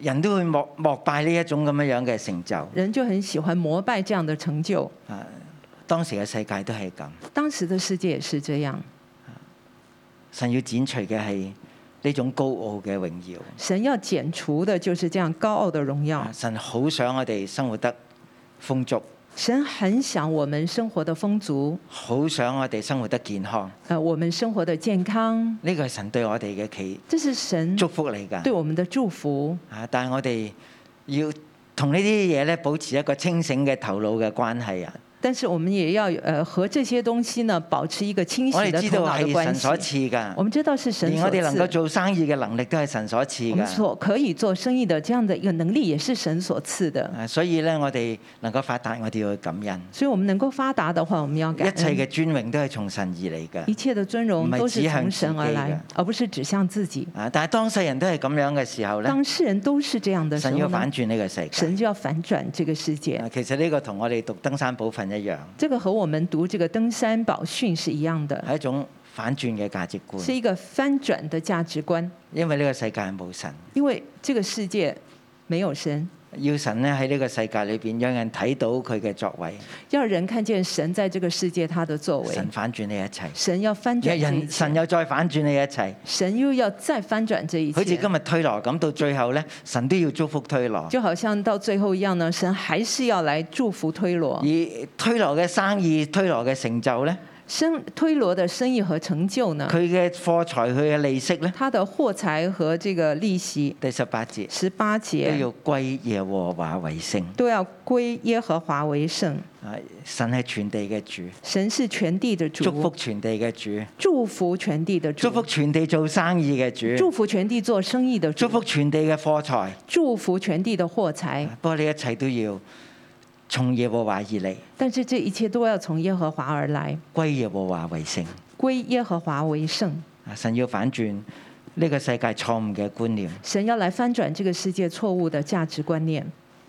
[SPEAKER 2] 人都會膜膜拜呢一種咁樣樣嘅成就。
[SPEAKER 3] 人就很喜欢膜拜这样的成就。
[SPEAKER 2] 當時嘅世界都係咁。
[SPEAKER 3] 当时的世界也是这样，
[SPEAKER 2] 神要剪除嘅係呢種高傲嘅榮耀。
[SPEAKER 3] 神要剪除的就是这样高傲的荣耀
[SPEAKER 2] 啊。神好想我哋生活得豐足，
[SPEAKER 3] 神很想我们生活的丰足，
[SPEAKER 2] 好想我哋生活得健康。
[SPEAKER 3] 呃，我们生活的健康，
[SPEAKER 2] 呢個係神對我哋嘅祈
[SPEAKER 3] 这是神
[SPEAKER 2] 祝福嚟㗎。
[SPEAKER 3] 对我们的祝福。
[SPEAKER 2] 啊！但係我哋要同呢啲嘢咧保持一個清醒嘅頭腦嘅關係啊！
[SPEAKER 3] 但是我们也要呃和这些东西呢保持一个清
[SPEAKER 2] 我
[SPEAKER 3] 醒
[SPEAKER 2] 哋
[SPEAKER 3] 的
[SPEAKER 2] 知
[SPEAKER 3] 头
[SPEAKER 2] 道
[SPEAKER 3] 脑的
[SPEAKER 2] 係
[SPEAKER 3] 关
[SPEAKER 2] 神
[SPEAKER 3] 系。
[SPEAKER 2] 所賜
[SPEAKER 3] 我
[SPEAKER 2] 㗎，
[SPEAKER 3] 们知道是神
[SPEAKER 2] 連
[SPEAKER 3] 所
[SPEAKER 2] 我哋能夠
[SPEAKER 3] 赐，
[SPEAKER 2] 做生意嘅能力都係神所賜
[SPEAKER 3] 我们
[SPEAKER 2] 㗎。
[SPEAKER 3] 所可以做生意的这样的一个能力也是神所赐的。
[SPEAKER 2] 啊所以咧，我哋能夠發達，我哋要感恩。
[SPEAKER 3] 所以，我们能够发达的话，我们要感
[SPEAKER 2] 一切
[SPEAKER 3] 恩。
[SPEAKER 2] 嘅尊榮都係從神而嚟
[SPEAKER 3] 一
[SPEAKER 2] 㗎。
[SPEAKER 3] 切的尊荣
[SPEAKER 2] 唔係
[SPEAKER 3] 都是
[SPEAKER 2] 指向
[SPEAKER 3] 从
[SPEAKER 2] 自
[SPEAKER 3] 神而
[SPEAKER 2] 己
[SPEAKER 3] 来
[SPEAKER 2] 嘅，
[SPEAKER 3] 而不是指向自己。
[SPEAKER 2] 啊！但係當世人都係咁樣嘅時候咧，
[SPEAKER 3] 当世人都是这样的时
[SPEAKER 2] 神要
[SPEAKER 3] 候呢
[SPEAKER 2] 反，轉呢個世界。
[SPEAKER 3] 神就要反转这个世界。
[SPEAKER 2] 啊其實呢個同我哋讀登山寶訓一樣，
[SPEAKER 3] 这个和我们读这个登山宝训是一样的，
[SPEAKER 2] 係一種反轉嘅價值
[SPEAKER 3] 是
[SPEAKER 2] 觀。
[SPEAKER 3] 一个翻转的价值观。
[SPEAKER 2] 因為呢個世界係冇神，
[SPEAKER 3] 因为这个世界没有神，
[SPEAKER 2] 要神咧喺呢個世界裏邊，讓人睇到佢嘅作為。
[SPEAKER 3] 要人看见神在这个世界他的作为
[SPEAKER 2] 神，反轉呢一切，
[SPEAKER 3] 神要翻
[SPEAKER 2] 若
[SPEAKER 3] 转这一
[SPEAKER 2] 人神
[SPEAKER 3] 切，
[SPEAKER 2] 又再反轉呢一切，
[SPEAKER 3] 神又要再翻转这一
[SPEAKER 2] 好似
[SPEAKER 3] 切
[SPEAKER 2] 今。日推羅咁，到最後咧，神都要祝福推羅。
[SPEAKER 3] 就好像到最后一样呢，神还是要来祝福推罗
[SPEAKER 2] 而。推羅嘅生意、推羅嘅成就咧，
[SPEAKER 3] 生推罗的生意和成就呢，
[SPEAKER 2] 佢嘅貨財、佢嘅利息咧，
[SPEAKER 3] 他的货财和这个利息，
[SPEAKER 2] 第十八節
[SPEAKER 3] 十八
[SPEAKER 2] 都
[SPEAKER 3] 节
[SPEAKER 2] 要歸耶和華為聖。
[SPEAKER 3] 都要归耶和华为圣。
[SPEAKER 2] 啊神係全地嘅主，
[SPEAKER 3] 神是全地的主，
[SPEAKER 2] 祝福全地嘅主，
[SPEAKER 3] 祝福全地的主，
[SPEAKER 2] 祝福全地做生意嘅主
[SPEAKER 3] 祝，福全地做生意的主，
[SPEAKER 2] 祝福哎全地嘅貨財。
[SPEAKER 3] 祝福全地的货财。
[SPEAKER 2] 不過呢一切都要從耶和華而嚟，
[SPEAKER 3] 但是这一切都要从耶和华而来，
[SPEAKER 2] 歸耶和華為聖。
[SPEAKER 3] 归耶和华为圣。
[SPEAKER 2] 啊神要反轉呢個世界錯誤嘅觀念。
[SPEAKER 3] 神要来翻转这个世界错误的价值观念。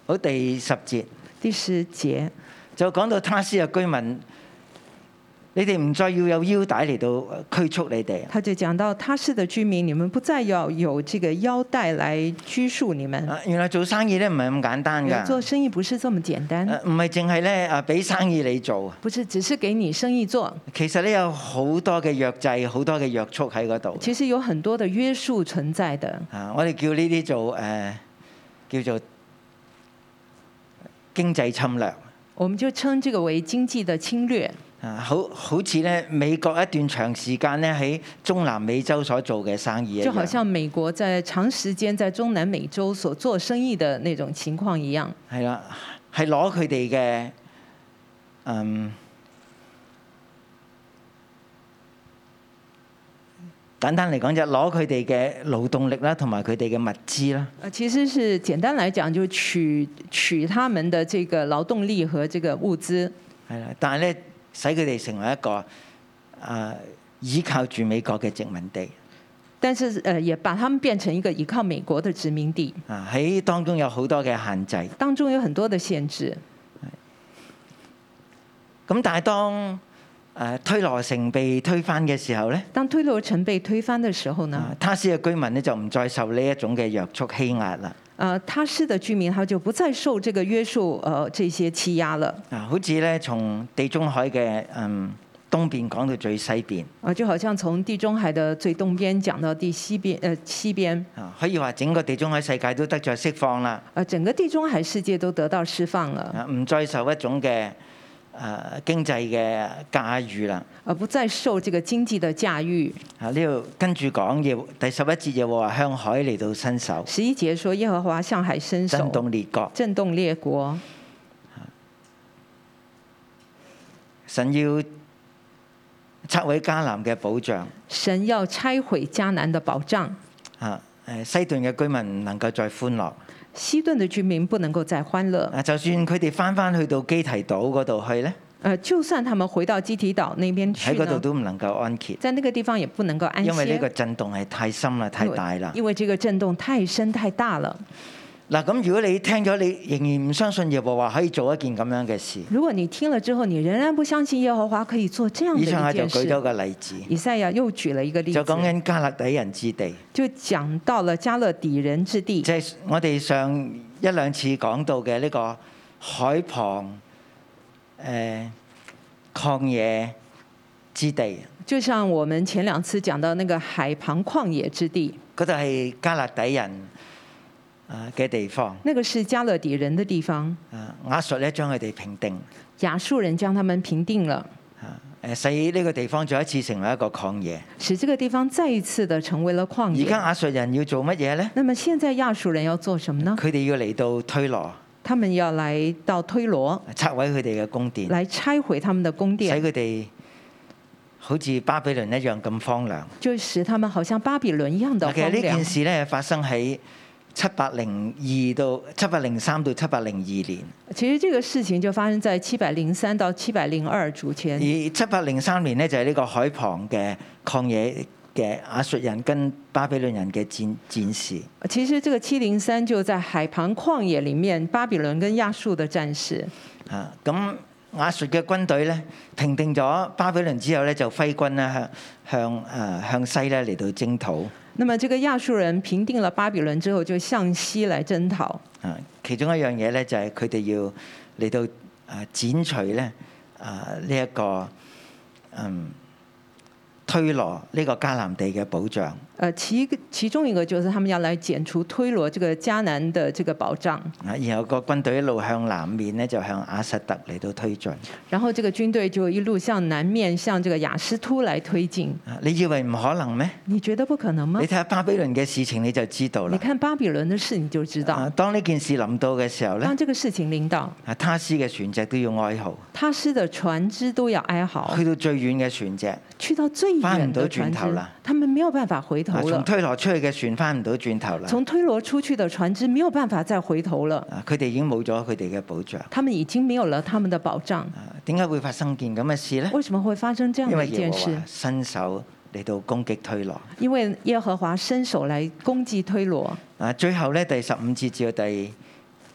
[SPEAKER 2] 好，第十節
[SPEAKER 3] 第十节，
[SPEAKER 2] 就講到他斯嘅居民，你哋唔再要有腰帶嚟到拘束你哋。
[SPEAKER 3] 他就讲到他市的居民，你们不再要有这个腰带来拘束你们。
[SPEAKER 2] 啊原來做生意咧唔係咁簡單
[SPEAKER 3] 人做
[SPEAKER 2] 㗎，
[SPEAKER 3] 生意不是这么简单，
[SPEAKER 2] 啊唔係淨係咧啊俾生意你做，
[SPEAKER 3] 不是只是给你生意做，
[SPEAKER 2] 其實咧有好多嘅約制，好多嘅約束喺嗰度。
[SPEAKER 3] 其实有很多的约束存在的。
[SPEAKER 2] 啊，我哋叫呢啲做誒、呃叫做經濟侵略。
[SPEAKER 3] 我们就称这个为经济的侵略，
[SPEAKER 2] 啊，好好似咧美國一段長時間咧喺中南美洲所做嘅生意一
[SPEAKER 3] 就好
[SPEAKER 2] 樣，
[SPEAKER 3] 像美国在长时间在中南美洲所做生意的那种情况一样，
[SPEAKER 2] 係啦，係攞佢哋嘅嗯簡單嚟講就攞佢哋嘅勞動力啦，同埋佢哋嘅物資啦。
[SPEAKER 3] 呃，其实是简单来讲，就取取他们的这个劳动力和这个物资，
[SPEAKER 2] 係啦，但係咧，使佢哋成為一個啊、依靠住美國嘅殖民地
[SPEAKER 3] 但是呃，也把他们变成一个依靠美国的殖民地，
[SPEAKER 2] 啊，喺當中有好多嘅限制。
[SPEAKER 3] 当中有很多的限制。
[SPEAKER 2] 咁但係當誒、呃推羅城被推翻嘅時候咧，
[SPEAKER 3] 当推罗城被推翻的时候呢，
[SPEAKER 2] 啊，他斯嘅居民咧就唔再受呢一種嘅約束欺壓啦。
[SPEAKER 3] 呃，他市的居民他就不再受这个约束，呃，这些欺压了，
[SPEAKER 2] 啊，好似咧從地中海嘅嗯東邊講到最西邊，
[SPEAKER 3] 啊、就好像从地中海的最东边讲到第西边，呃，西边，
[SPEAKER 2] 啊，可以話整個地中海世界都得着釋放啦，
[SPEAKER 3] 呃，整个地中海世界都得到释放了，
[SPEAKER 2] 啊，唔再受一種嘅誒、呃、經濟嘅駕馭啦。
[SPEAKER 3] 而呃不再受这个经济的驾驭。
[SPEAKER 2] 啊！呢度跟住講耶和第十一節耶和華向海嚟到伸手，
[SPEAKER 3] 十一节说，耶和华向海伸手
[SPEAKER 2] 震，動列國。
[SPEAKER 3] 震动列国。
[SPEAKER 2] 神要拆毀迦南嘅保障。
[SPEAKER 3] 神要拆毁迦南的保障，
[SPEAKER 2] 啊！誒西頓嘅居民唔能夠再歡樂。
[SPEAKER 3] 西顿的居民不能够再欢乐。
[SPEAKER 2] 啊！就算佢哋翻翻去到基提島嗰度去咧，
[SPEAKER 3] 呃，就算他们回到基提岛那边去
[SPEAKER 2] 喺嗰度
[SPEAKER 3] 呢，
[SPEAKER 2] 都唔能夠安歇，
[SPEAKER 3] 在那个地方也不能够安歇，
[SPEAKER 2] 因為呢個震動係太深啦、太
[SPEAKER 3] 因为
[SPEAKER 2] 大啦。
[SPEAKER 3] 因为这个震动太深太大了。
[SPEAKER 2] 嗱，咁如果你聽咗，你仍然唔相信耶和華可以做一件咁樣嘅事，
[SPEAKER 3] 如果你听了之后，你仍然不相信耶和华可以做这样的
[SPEAKER 2] 以上
[SPEAKER 3] 一
[SPEAKER 2] 我就
[SPEAKER 3] 件
[SPEAKER 2] 舉咗
[SPEAKER 3] 事。
[SPEAKER 2] 個例子，
[SPEAKER 3] 以赛亚又举了一个例
[SPEAKER 2] 就
[SPEAKER 3] 子，
[SPEAKER 2] 講緊加勒底人之地。
[SPEAKER 3] 就讲到了加勒底人之地，
[SPEAKER 2] 即係我哋上一兩次講到嘅呢個海旁誒、呃、曠野之地，
[SPEAKER 3] 就像我们前两次讲到那个海旁旷野之地，
[SPEAKER 2] 嗰度係加勒底人啊嘅地方。
[SPEAKER 3] 那个是加勒底人的地方，
[SPEAKER 2] 啊，亞述咧將佢哋平定，
[SPEAKER 3] 亚述人将他们平定了，
[SPEAKER 2] 啊誒使呢個地方再一次成為一個曠野。
[SPEAKER 3] 使这个地方再一次的成为了旷
[SPEAKER 2] 而
[SPEAKER 3] 野。
[SPEAKER 2] 家亞述人要做乜嘢呢？
[SPEAKER 3] 那么现在亚述人要做什么呢？
[SPEAKER 2] 佢哋要嚟到推羅，
[SPEAKER 3] 他们要来到推罗，
[SPEAKER 2] 拆毀佢哋嘅宮殿，
[SPEAKER 3] 来拆毁他们的宫
[SPEAKER 2] 使
[SPEAKER 3] 殿，
[SPEAKER 2] 佢哋好似巴比倫一樣咁荒涼。
[SPEAKER 3] 就使他们好像巴比伦一样的
[SPEAKER 2] 嗱其實
[SPEAKER 3] 荒
[SPEAKER 2] 呢
[SPEAKER 3] 凉
[SPEAKER 2] 件。事咧發生喺七百零二到七百零三到七百零二年，
[SPEAKER 3] 其实这个事情就发生在七百零三到七百零二主前。
[SPEAKER 2] 而七百零三年呢，就係呢個海旁嘅曠野嘅亞述人跟巴比倫人嘅戰戰事。
[SPEAKER 3] 其实这个七零三就在海旁旷野里面，巴比伦跟亚述的战士。
[SPEAKER 2] 啊，咁亞述嘅軍隊咧平定咗巴比倫之後咧，就揮軍咧向向誒、呃向西咧嚟到征討。
[SPEAKER 3] 那么这个亚述人平定了巴比伦之后，就向西来征讨。
[SPEAKER 2] 啊，其中一樣嘢咧就係佢哋要嚟到啊剪除咧啊呢一個嗯推羅呢個迦南地嘅保障。
[SPEAKER 3] 呃，其一个其中一个就是他们要来剪除推罗这个迦南的这个保障，
[SPEAKER 2] 啊，然後個軍隊一路向南面咧，就向亞實特嚟到推進。
[SPEAKER 3] 然后这个军队就一路向南面向这个雅斯突来推进。
[SPEAKER 2] 啊你以為唔可能咩？
[SPEAKER 3] 你觉得不可能吗
[SPEAKER 2] 你睇？下巴比倫嘅事情你就知道
[SPEAKER 3] 你
[SPEAKER 2] 啦。
[SPEAKER 3] 看巴比伦的事你就知
[SPEAKER 2] 啊
[SPEAKER 3] 道，，
[SPEAKER 2] 當呢件事臨到嘅時候咧
[SPEAKER 3] 当，这个事情临到，
[SPEAKER 2] 啊，他斯嘅船隻都要哀嚎。
[SPEAKER 3] 他师的船只都要哀嚎
[SPEAKER 2] 去，到最遠嘅船隻，啊，
[SPEAKER 3] 去到最
[SPEAKER 2] 翻
[SPEAKER 3] 远
[SPEAKER 2] 唔到
[SPEAKER 3] 的
[SPEAKER 2] 转
[SPEAKER 3] 船
[SPEAKER 2] 头
[SPEAKER 3] 只
[SPEAKER 2] 啦，
[SPEAKER 3] 他们没有办法回头
[SPEAKER 2] 從
[SPEAKER 3] 了。
[SPEAKER 2] 推羅出去嘅船翻唔到轉頭啦。
[SPEAKER 3] 从推罗出去的船只没有办法再回头了，
[SPEAKER 2] 啊，佢哋已經冇咗佢哋嘅保障。
[SPEAKER 3] 他们已经没有了他们的保障。
[SPEAKER 2] 啊，點解會發生件咁嘅事呢？
[SPEAKER 3] 为什么会发生这样
[SPEAKER 2] 因
[SPEAKER 3] 的
[SPEAKER 2] 為
[SPEAKER 3] 一
[SPEAKER 2] 耶
[SPEAKER 3] 件
[SPEAKER 2] 和
[SPEAKER 3] 事
[SPEAKER 2] 華？伸手嚟到攻擊推羅。
[SPEAKER 3] 因为耶和华伸手来攻击推罗。
[SPEAKER 2] 啊，最後呢，第十五節至到第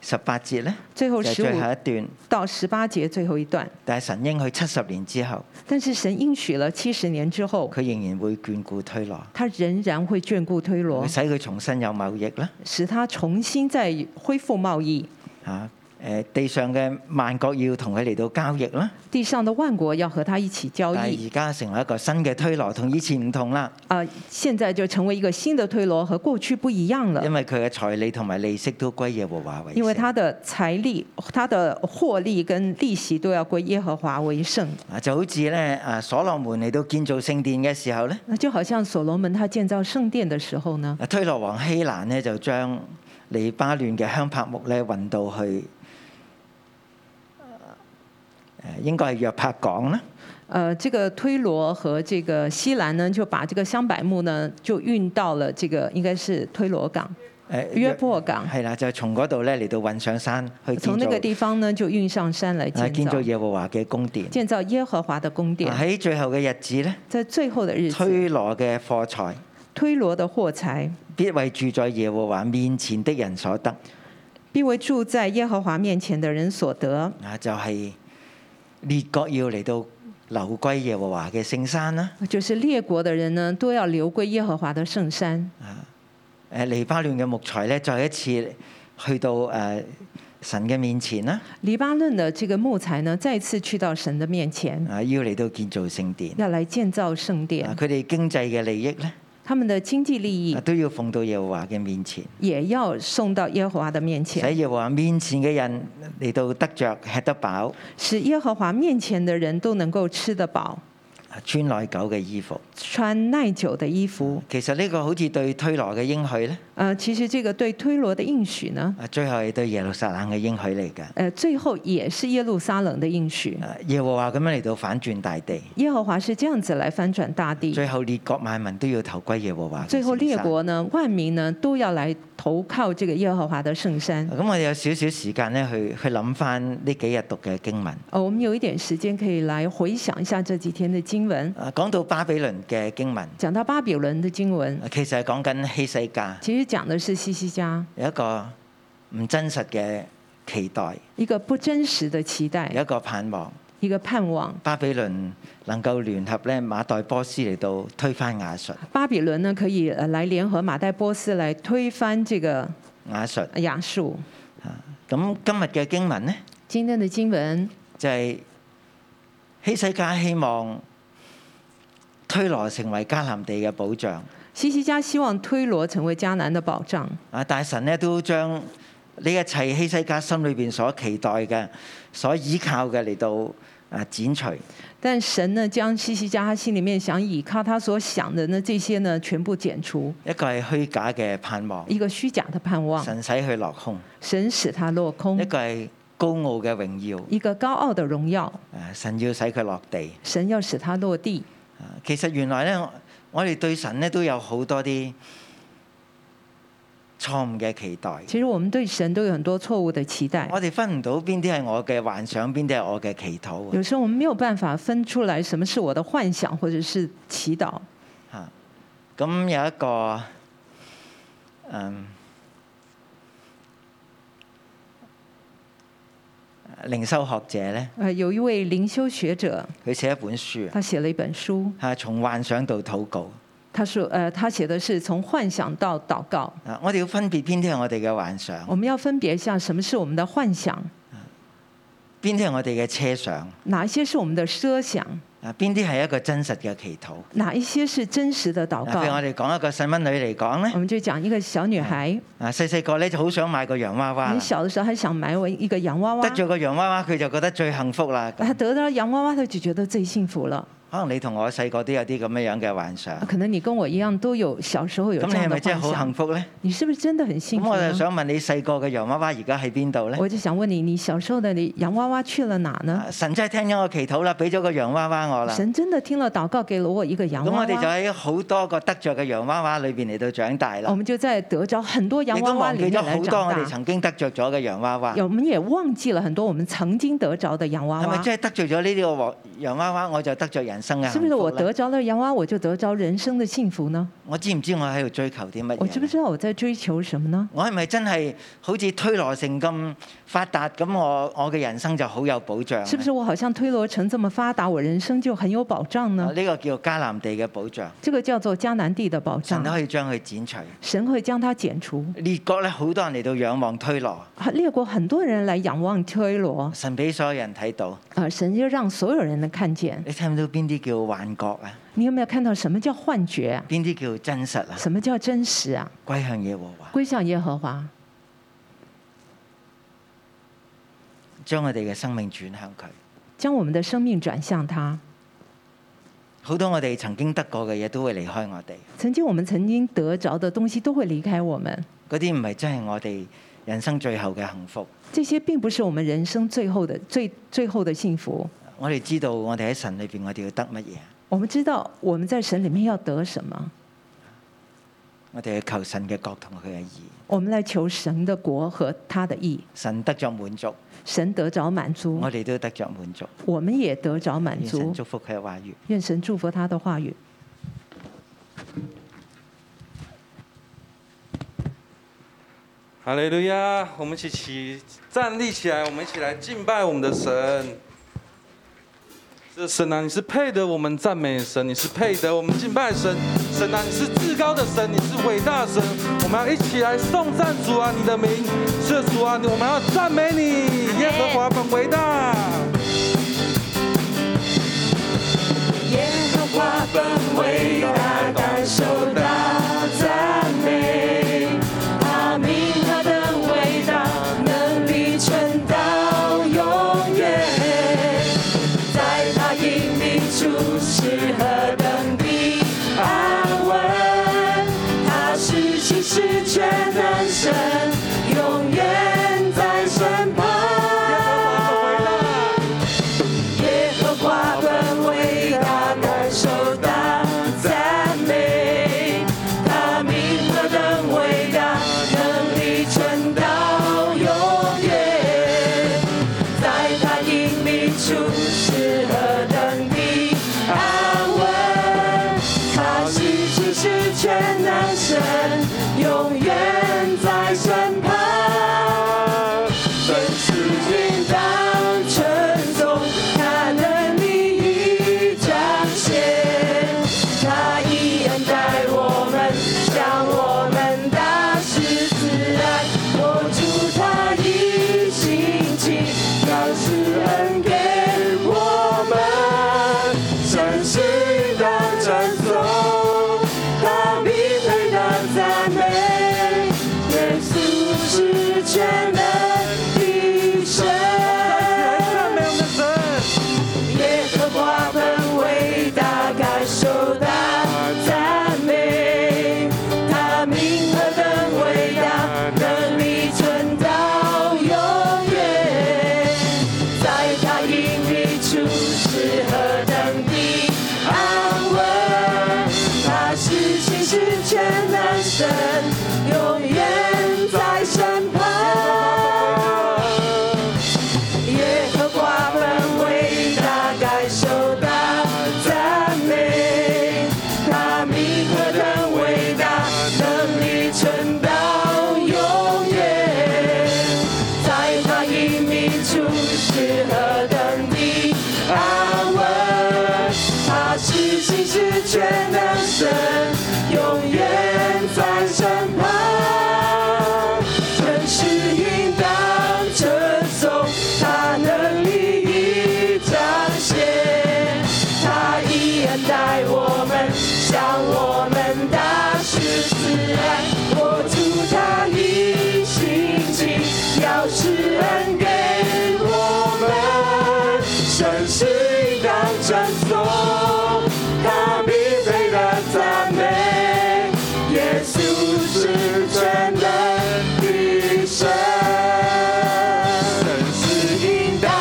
[SPEAKER 2] 十八節呢，
[SPEAKER 3] 最
[SPEAKER 2] 就
[SPEAKER 3] 后
[SPEAKER 2] 係
[SPEAKER 3] 十
[SPEAKER 2] 最
[SPEAKER 3] 五
[SPEAKER 2] 後一段。
[SPEAKER 3] 到十八节最后一段，
[SPEAKER 2] 但係神應佢七十年之後，
[SPEAKER 3] 但是神应许了七十年之后，
[SPEAKER 2] 佢仍然會眷顧推羅，
[SPEAKER 3] 他仍然会眷顾推罗
[SPEAKER 2] 會，使佢重新有貿易啦。
[SPEAKER 3] 使他重新再恢复贸易，
[SPEAKER 2] 啊，誒地上嘅萬國要同佢嚟到交易啦。
[SPEAKER 3] 地上的万國要和他一起交
[SPEAKER 2] 但係
[SPEAKER 3] 易
[SPEAKER 2] 而家成為一個新嘅推羅，同以前唔同啦。
[SPEAKER 3] 啊、现在就成为一个新的推罗，和过去不一样了
[SPEAKER 2] 因。為佢嘅財利同埋利息都歸耶和華為
[SPEAKER 3] 因为
[SPEAKER 2] 聖
[SPEAKER 3] 他的财力、他的获利跟利息都要归耶和华为圣。
[SPEAKER 2] 啊，就好似咧啊，所羅門嚟到建造聖殿嘅時候咧，
[SPEAKER 3] 那就好像所羅门他建造圣殿的时候呢，
[SPEAKER 2] 啊推羅王希蘭呢就將利巴嫩嘅香柏木咧運到去誒，呃應該係約帕港啦。
[SPEAKER 3] 呃，这个推罗和这个西兰呢，就把这个香柏木呢就运到了这个应该是推罗港、
[SPEAKER 2] 誒
[SPEAKER 3] 约破港，
[SPEAKER 2] 呃係啦，就從嗰度咧嚟到運上山去建
[SPEAKER 3] 从那
[SPEAKER 2] 造
[SPEAKER 3] 个地方呢就运上山来
[SPEAKER 2] 啊，
[SPEAKER 3] 建
[SPEAKER 2] 建
[SPEAKER 3] 造
[SPEAKER 2] 造耶和華嘅宮殿。
[SPEAKER 3] 建造耶和华的宫
[SPEAKER 2] 啊
[SPEAKER 3] 殿。
[SPEAKER 2] 喺最後嘅日子咧，
[SPEAKER 3] 在最后的日子，
[SPEAKER 2] 推羅嘅貨財。
[SPEAKER 3] 推罗的货财
[SPEAKER 2] 必為住在耶和華面前的人所得。
[SPEAKER 3] 必为住在耶和华面前的人所得。
[SPEAKER 2] 啊，就係列國要嚟到流歸耶和華嘅聖山啦。
[SPEAKER 3] 就是列国的人呢，都要流归耶和华的圣山。
[SPEAKER 2] 誒，黎巴嫩嘅木材咧，再一次去到誒、呃神嘅面前啦。
[SPEAKER 3] 黎巴嫩的这个木材呢，再次去到神的面前，
[SPEAKER 2] 啊，要嚟到建造聖殿。
[SPEAKER 3] 要来建造圣
[SPEAKER 2] 啊
[SPEAKER 3] 殿，。
[SPEAKER 2] 佢哋經濟嘅利益咧，
[SPEAKER 3] 他们的经济利益
[SPEAKER 2] 啊都要奉到耶和華嘅面前，
[SPEAKER 3] 也要送到耶和华的面
[SPEAKER 2] 使
[SPEAKER 3] 前，
[SPEAKER 2] 耶和華面前嘅人嚟到得着吃得飽，
[SPEAKER 3] 使耶和华面前的人都能够吃得饱，
[SPEAKER 2] 啊穿耐久嘅衣服。
[SPEAKER 3] 穿耐久的衣服。
[SPEAKER 2] 其實呢個好似對推羅嘅應許咧，
[SPEAKER 3] 呃，其实这个对推罗的应许呢，
[SPEAKER 2] 啊最後係對耶路撒冷嘅應許嚟㗎。
[SPEAKER 3] 呃，最后也是耶路撒冷的应许。
[SPEAKER 2] 啊耶和華咁樣嚟到反轉大地，
[SPEAKER 3] 耶和华是這样子来翻转大地，
[SPEAKER 2] 最後列國萬民都要投歸耶和華嘅
[SPEAKER 3] 最后
[SPEAKER 2] 聖
[SPEAKER 3] 列
[SPEAKER 2] 山
[SPEAKER 3] 国呢，万民呢都要来投靠这个耶和华的圣山。
[SPEAKER 2] 啊咁我哋有少少時間咧，去去諗翻呢幾日讀嘅經文。
[SPEAKER 3] 呃，我们有一点时间可以来回想一下这几天的经文。
[SPEAKER 2] 啊，講到巴比倫嘅經文，
[SPEAKER 3] 讲到巴比伦的经文，
[SPEAKER 2] 啊其實係講緊希西家
[SPEAKER 3] 其实讲的是西西家
[SPEAKER 2] 有一個唔真實嘅期待，
[SPEAKER 3] 一个不真实的期
[SPEAKER 2] 有
[SPEAKER 3] 待，
[SPEAKER 2] 一個盼望。
[SPEAKER 3] 一个盼望。
[SPEAKER 2] 巴比倫能夠聯合咧馬代波斯嚟到推翻亞述，
[SPEAKER 3] 巴比伦呢可以呃来联合马代波斯来推翻这个
[SPEAKER 2] 亞述。
[SPEAKER 3] 亚述。
[SPEAKER 2] 咁今日嘅經文呢，
[SPEAKER 3] 今天的经文
[SPEAKER 2] 就係希西家希望推羅成為迦南地嘅保障。
[SPEAKER 3] 西西家希望推罗成为迦南的保障，
[SPEAKER 2] 啊！但係神咧都將呢一切希西家心裏邊所期待嘅、所依靠嘅嚟到啊剪除。
[SPEAKER 3] 但神呢将西西家他心里面想倚靠他所想的呢这些呢全部剪除，
[SPEAKER 2] 一個係虛假嘅盼望，
[SPEAKER 3] 一个虚假的盼望，
[SPEAKER 2] 神使佢落空；
[SPEAKER 3] 神使他落空
[SPEAKER 2] 一；個係高傲嘅榮耀，
[SPEAKER 3] 一个高傲的荣耀，
[SPEAKER 2] 啊！神要使佢落地。
[SPEAKER 3] 神要使他落地。
[SPEAKER 2] 啊其實原來咧，我我哋對神咧都有好多啲錯誤嘅期待。
[SPEAKER 3] 其实我们对神都有很多错误的期待，
[SPEAKER 2] 我哋分唔到邊啲係我嘅幻想，邊啲係我嘅祈禱啊
[SPEAKER 3] 有时候我们没有办法分出来什么是我的幻想或者是祈祷。
[SPEAKER 2] 嚇！咁有一個嗯靈修學者咧，
[SPEAKER 3] 呃，有一位灵修学者，
[SPEAKER 2] 佢寫一本書啊
[SPEAKER 3] 他寫了一本書，
[SPEAKER 2] 嚇，從幻想到禱告
[SPEAKER 3] 他说，呃，他寫的是從幻想到祷告。
[SPEAKER 2] 啊！我哋要分別邊啲係我哋嘅幻想，
[SPEAKER 3] 我们要分别一下什么是我们的幻想，
[SPEAKER 2] 邊啲係我哋嘅奢想
[SPEAKER 3] 哪一些是我们的奢想，
[SPEAKER 2] 啊，邊啲係一個真實嘅祈禱。
[SPEAKER 3] 哪一些是真实的祷
[SPEAKER 2] 啊譬如我
[SPEAKER 3] 告。
[SPEAKER 2] 哋講一個細蚊女嚟講
[SPEAKER 3] 我
[SPEAKER 2] 咧，
[SPEAKER 3] 们就讲一个小女孩，
[SPEAKER 2] 啊細細個咧就好想買個洋娃娃
[SPEAKER 3] 很
[SPEAKER 2] 啦，
[SPEAKER 3] 小的时候还嗯想买我一个洋娃
[SPEAKER 2] 得
[SPEAKER 3] 娃，
[SPEAKER 2] 咗個洋娃娃佢就覺得最幸福啦。咁
[SPEAKER 3] 她得到洋娃娃，她就覺得最幸福了。
[SPEAKER 2] 可能你同我細個都有啲咁樣樣嘅幻想，
[SPEAKER 3] 可能你跟我一樣都有小时啊候有
[SPEAKER 2] 咁
[SPEAKER 3] 这
[SPEAKER 2] 你
[SPEAKER 3] 样
[SPEAKER 2] 係
[SPEAKER 3] 的
[SPEAKER 2] 咪真係
[SPEAKER 3] 幻
[SPEAKER 2] 好幸
[SPEAKER 3] 想，
[SPEAKER 2] 福呢？
[SPEAKER 3] 你是不是真的很幸
[SPEAKER 2] 咁
[SPEAKER 3] 福
[SPEAKER 2] 我就
[SPEAKER 3] 呢？
[SPEAKER 2] 想問你細個嘅洋娃娃而家喺邊度呢？
[SPEAKER 3] 我就想问你，你小時候的洋娃娃去了哪呢？
[SPEAKER 2] 啊神真係聽咗我祈禱啦，俾咗個洋娃娃我啦。
[SPEAKER 3] 神真的聽了祷告，给了我一个洋
[SPEAKER 2] 咁
[SPEAKER 3] 娃
[SPEAKER 2] 我
[SPEAKER 3] 娃。
[SPEAKER 2] 哋就喺好多個得着嘅洋娃娃裏邊嚟到長大
[SPEAKER 3] 我
[SPEAKER 2] 啦，
[SPEAKER 3] 们就在得着很多哦洋
[SPEAKER 2] 亦
[SPEAKER 3] 娃
[SPEAKER 2] 都
[SPEAKER 3] 娃
[SPEAKER 2] 忘
[SPEAKER 3] 里
[SPEAKER 2] 記
[SPEAKER 3] 面
[SPEAKER 2] 咗
[SPEAKER 3] 来
[SPEAKER 2] 好多我
[SPEAKER 3] 长
[SPEAKER 2] 哋
[SPEAKER 3] 大。
[SPEAKER 2] 曾經得着咗嘅洋娃娃。
[SPEAKER 3] 有我们也忘記了很多我们曾經得着的洋娃
[SPEAKER 2] 係咪
[SPEAKER 3] 娃，
[SPEAKER 2] 真係得着咗呢啲個洋娃娃，我就得着人生嘅
[SPEAKER 3] 是
[SPEAKER 2] 幸
[SPEAKER 3] 不是
[SPEAKER 2] 福
[SPEAKER 3] 我
[SPEAKER 2] 呢
[SPEAKER 3] 得着了洋娃，我就得着人生的幸福呢？
[SPEAKER 2] 我知唔知我喺度追求啲乜
[SPEAKER 3] 我知
[SPEAKER 2] 嘢
[SPEAKER 3] 不
[SPEAKER 2] 呢？
[SPEAKER 3] 知道我在追求什么呢？
[SPEAKER 2] 我係咪真係好似推羅城咁發達咁？我我嘅人生就好有保障呢。
[SPEAKER 3] 是不是我好像推罗城这么发達，我人生就很有保障
[SPEAKER 2] 啊
[SPEAKER 3] 呢？
[SPEAKER 2] 呢個叫迦南地嘅保障，
[SPEAKER 3] 这个叫做迦南地的保
[SPEAKER 2] 神
[SPEAKER 3] 障
[SPEAKER 2] 都，可以將佢剪除。
[SPEAKER 3] 神会将它剪除。
[SPEAKER 2] 列國咧好多人嚟到仰望推羅，
[SPEAKER 3] 列国很多人来仰望推罗，
[SPEAKER 2] 神俾所有人睇到。
[SPEAKER 3] 啊，神就让所有人能看见。
[SPEAKER 2] 你睇唔到邊啲叫幻覺啊？
[SPEAKER 3] 你有没有看到什么叫幻觉啊？
[SPEAKER 2] 邊啲叫真實啊？
[SPEAKER 3] 什么叫真實啊？
[SPEAKER 2] 歸向耶和華，
[SPEAKER 3] 歸向耶和華，
[SPEAKER 2] 將我哋嘅生命轉向佢。
[SPEAKER 3] 將我們的生命轉向他。
[SPEAKER 2] 好多我哋曾經得過嘅嘢都會離開我哋，
[SPEAKER 3] 曾經我們曾經得着的東西都會離開我們，
[SPEAKER 2] 嗰啲唔係真係我哋人生最後嘅幸福。
[SPEAKER 3] 這些並不是我們人生最後的最最後的幸福。
[SPEAKER 2] 我哋知道我哋喺神裏邊，我哋要得乜嘢？
[SPEAKER 3] 我們知道我們在神裡面要得什麼，
[SPEAKER 2] 我哋去求神嘅國同佢嘅義，
[SPEAKER 3] 我們來求神的國和他的義，
[SPEAKER 2] 神得着滿足，
[SPEAKER 3] 神得着滿足
[SPEAKER 2] 我，哋都得着滿足。
[SPEAKER 3] 我們也得着滿
[SPEAKER 2] 願神
[SPEAKER 3] 足。
[SPEAKER 2] 祝福佢嘅話語。
[SPEAKER 3] 願神祝福他的話語。
[SPEAKER 4] 哈利路亚！我们一起起站立起来，我们一起来敬拜我们的神。这神啊，你是配得我们赞美的神，你是配得我们敬拜的神。神啊，你是至高的神，你是伟大的神。我们要一起来颂赞主啊，你的名是主啊，我们要赞美你，耶和华本伟大。
[SPEAKER 5] 耶和华本伟大，感受大赞美。阿明他的伟大，能力存到永远。在他引领处是何等的安稳，他是心是全能神，永远在身旁。耶和华本伟大，感受大赞受大赞美，他名何等伟大，能力存到永远，在他隐秘处是何等的安稳，他是信实全能神，永远在身旁。耶和华本伟大，该受到赞美。他名何等伟大，能力存到永远。在他隐秘处是何等的安稳。他是信实全能神，永远在身旁。真是应当称颂他能力已彰显，他以恩待我们，向我们大施慈爱，我祝他一心情要施恩给我们，真是应当称颂他必配的赞美，耶稣是全能。的神，神是应当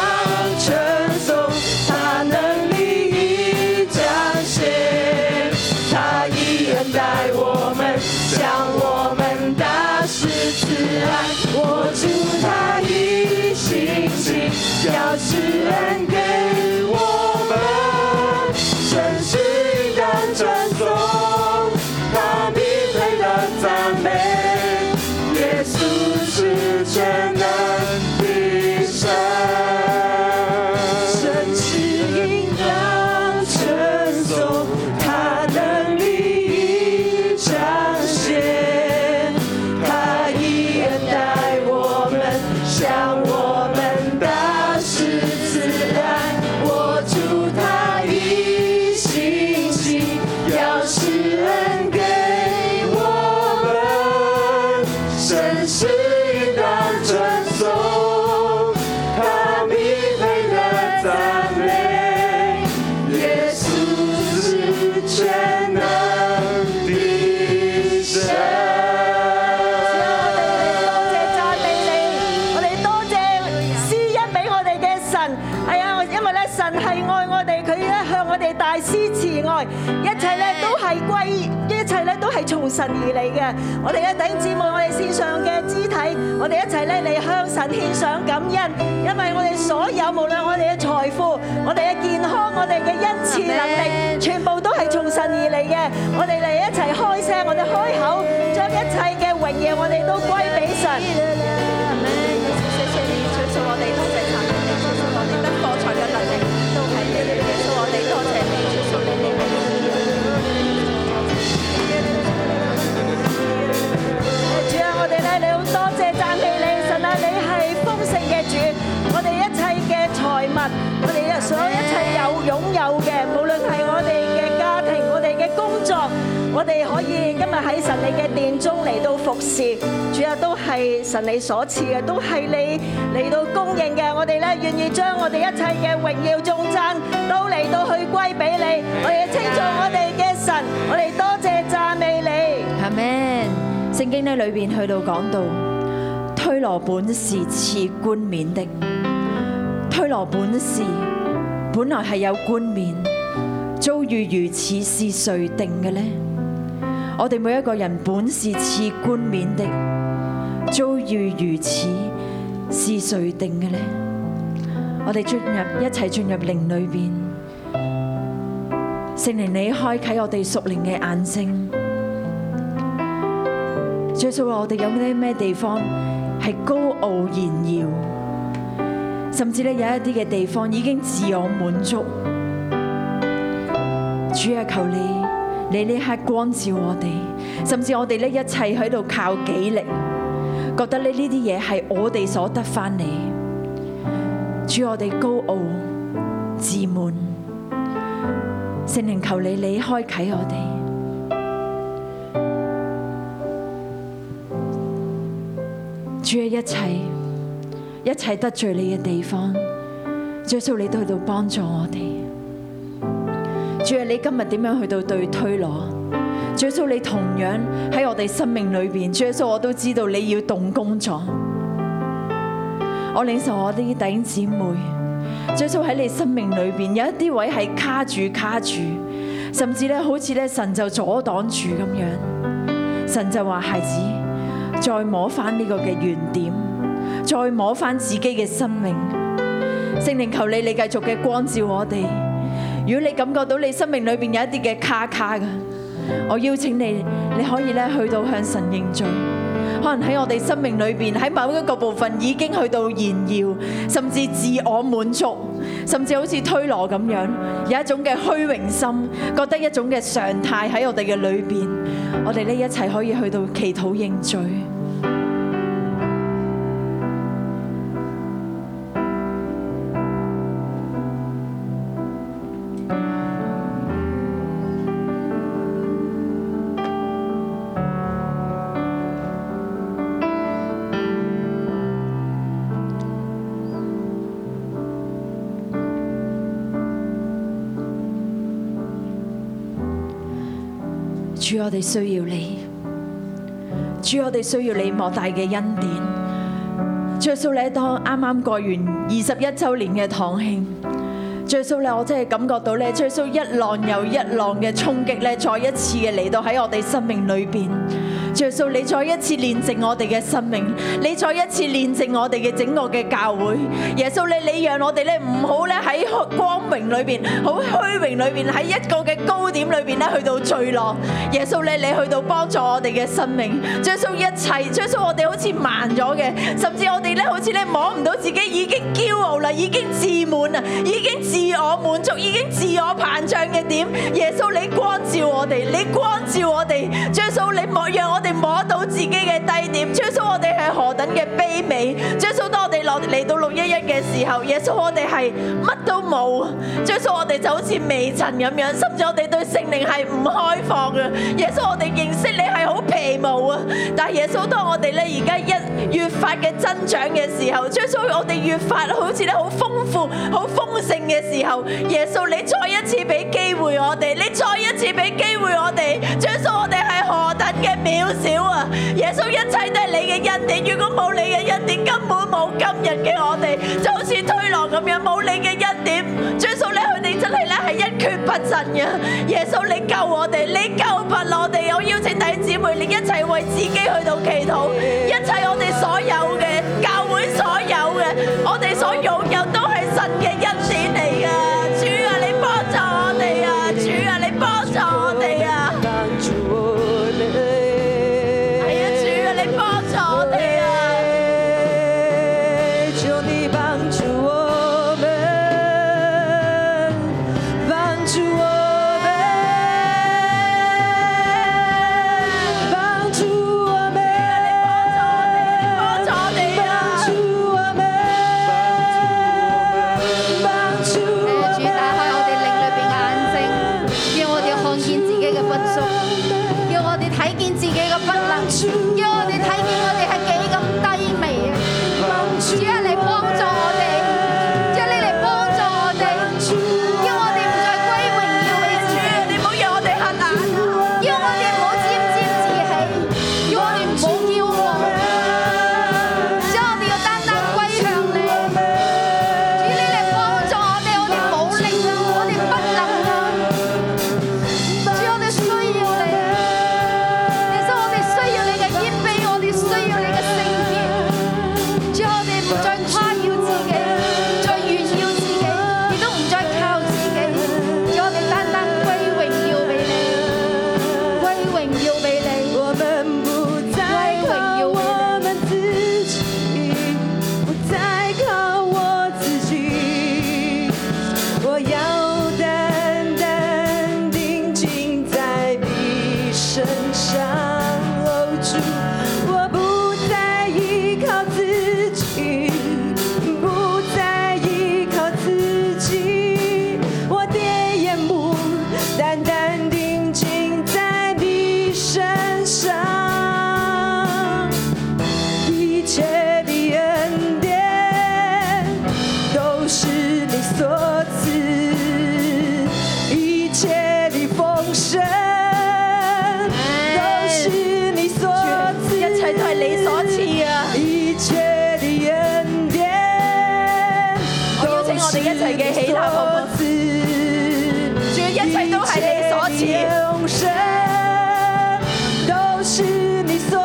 [SPEAKER 5] 称颂，他能力已彰显，他以恩待我们，向我们大施慈爱，我祝他一心情要施恩给我们，神是应当称颂，他必配的赞美。耶稣是全能的神，神是应当称颂，他能力已彰显，他以恩待我们，向我们大施慈爱，我祝他一心情要施恩给我们。神是应当称颂，他必配的赞美，耶稣是全能的神。
[SPEAKER 6] 赞美你，我哋多謝施恩俾我哋嘅神。係啊，因為咧神係愛我哋，佢咧向我哋大施慈愛，一切咧都係歸，一切咧都係從神而嚟嘅。我哋嘅弟兄姊妹，我哋線上嘅肢體，我哋一齊咧嚟向神獻上感恩，因為我哋所有無論我哋嘅財富、我哋嘅健康、我哋嘅恩賜能力，全部都係從神而嚟嘅。我哋嚟一齊開聲，我哋開口，將一切嘅榮耀我哋都歸俾神。主啊，我哋咧，你好多謝讚美你，神啊，你係豐盛嘅主，我哋一切嘅財物，我哋嘅所有一切有擁有嘅，無論係我哋嘅家庭，我哋嘅工作，我哋可以今日喺神你嘅殿中嚟到服侍，主啊，都係神你所賜嘅，都係你嚟到供應嘅，我哋咧願意將我哋一切嘅榮耀頌讚都嚟到去歸俾你，我哋稱頌我哋嘅神，我哋多謝讚美你。
[SPEAKER 7] 阿 Man，聖經呢裏邊去到講到，推羅本是賜冠冕的，推羅本是本來係有冠冕，遭遇如此是誰定嘅呢？我哋每一個人本是賜冠冕的，遭遇如此是誰定嘅呢？我哋進入一齊進入靈裏邊，聖靈你開啟我哋屬靈嘅眼睛。最數話我哋有啲咩地方係高傲炫耀，甚至咧有一啲嘅地方已經自我滿足。主啊，求你，你呢刻光照我哋，甚至我哋呢一切喺度靠己力，覺得呢呢啲嘢係我哋所得翻嚟。主，我哋高傲自滿，聖靈求你，你開啟我哋。主嘅一切，一切得罪你嘅地方，主耶穌你都喺度幫助我哋。主啊，你今日點樣去到對推羅？主耶穌，你同樣喺我哋生命裏邊，主耶穌，我都知道你要動工作。我領受我啲弟兄姊妹，主耶穌喺你生命裏邊有一啲位係卡住卡住，甚至咧好似咧神就阻擋住咁樣，神就話孩子，再摸翻呢個嘅原點，再摸翻自己嘅生命。聖靈求你，你繼續嘅光照我哋。如果你感覺到你生命裏邊有一啲嘅卡卡嘅，我邀請你，你可以咧去到向神認罪。可能喺我哋生命裏邊，喺某一個部分已經去到炫耀，甚至自我滿足，甚至好似推羅咁樣，有一種嘅虛榮心，覺得一種嘅常態喺我哋嘅裏邊。我哋呢一齊可以去到祈禱認罪。主，我哋需要你，主，我哋需要你莫大嘅恩典。主耶穌咧，當啱啱過完二十一周年嘅堂慶，主耶穌咧，我真係感覺到咧，主耶穌一浪又一浪嘅衝擊咧，再一次嘅嚟到喺我哋生命裏邊。主耶穌，你再一次煉淨我哋嘅生命，你再一次煉淨我哋嘅整個嘅教會。耶穌咧，你讓我哋咧唔好咧喺光榮裏邊，好虛榮裏邊，喺一個嘅高點裏邊咧去到墜落。耶穌咧，你去到幫助我哋嘅生命。主耶穌一切，主耶穌我哋好似慢咗嘅，甚至我哋咧好似咧摸唔到自己已經驕傲啦，已經自滿啦，已經自我滿足，已經自我膨脹嘅點。耶穌你光照我哋，你光照我哋。主耶穌你莫讓我哋摸到自己嘅低點。主耶穌我哋係何等嘅卑微。主耶穌當我哋落嚟到六一一嘅時候，耶穌我哋係乜都冇。主耶穌我哋就好似微塵咁樣，甚至我哋對聖靈係唔開放嘅。耶穌我哋認識你係好皮毛啊，但係耶穌當我哋咧而家一越發嘅增長嘅時候，主耶穌我哋越發好似咧好豐富、好豐盛嘅時候，耶穌你再一次俾機會我哋，你再一次俾機會我哋，主耶穌我哋係何等嘅渺小啊！耶穌一切都係你嘅恩典，如果冇你嘅恩典，根本冇今日嘅我哋，就好似推羅咁樣，冇你嘅恩典，主耶穌咧佢哋真係咧係一蹶不振嘅。耶穌你救我哋，你救拔我哋，我邀請弟兄姊妹，你一齊為自己去到祈禱，一切我哋所有嘅教會所有嘅，我哋所擁有都係神嘅恩典嚟嘅。主啊，你幫助我哋啊！主啊，你幫助我哋啊！係啊，主啊，你幫助我哋啊！
[SPEAKER 5] 求你帮助我们，帮助我们，帮助我们，帮助神，都是你所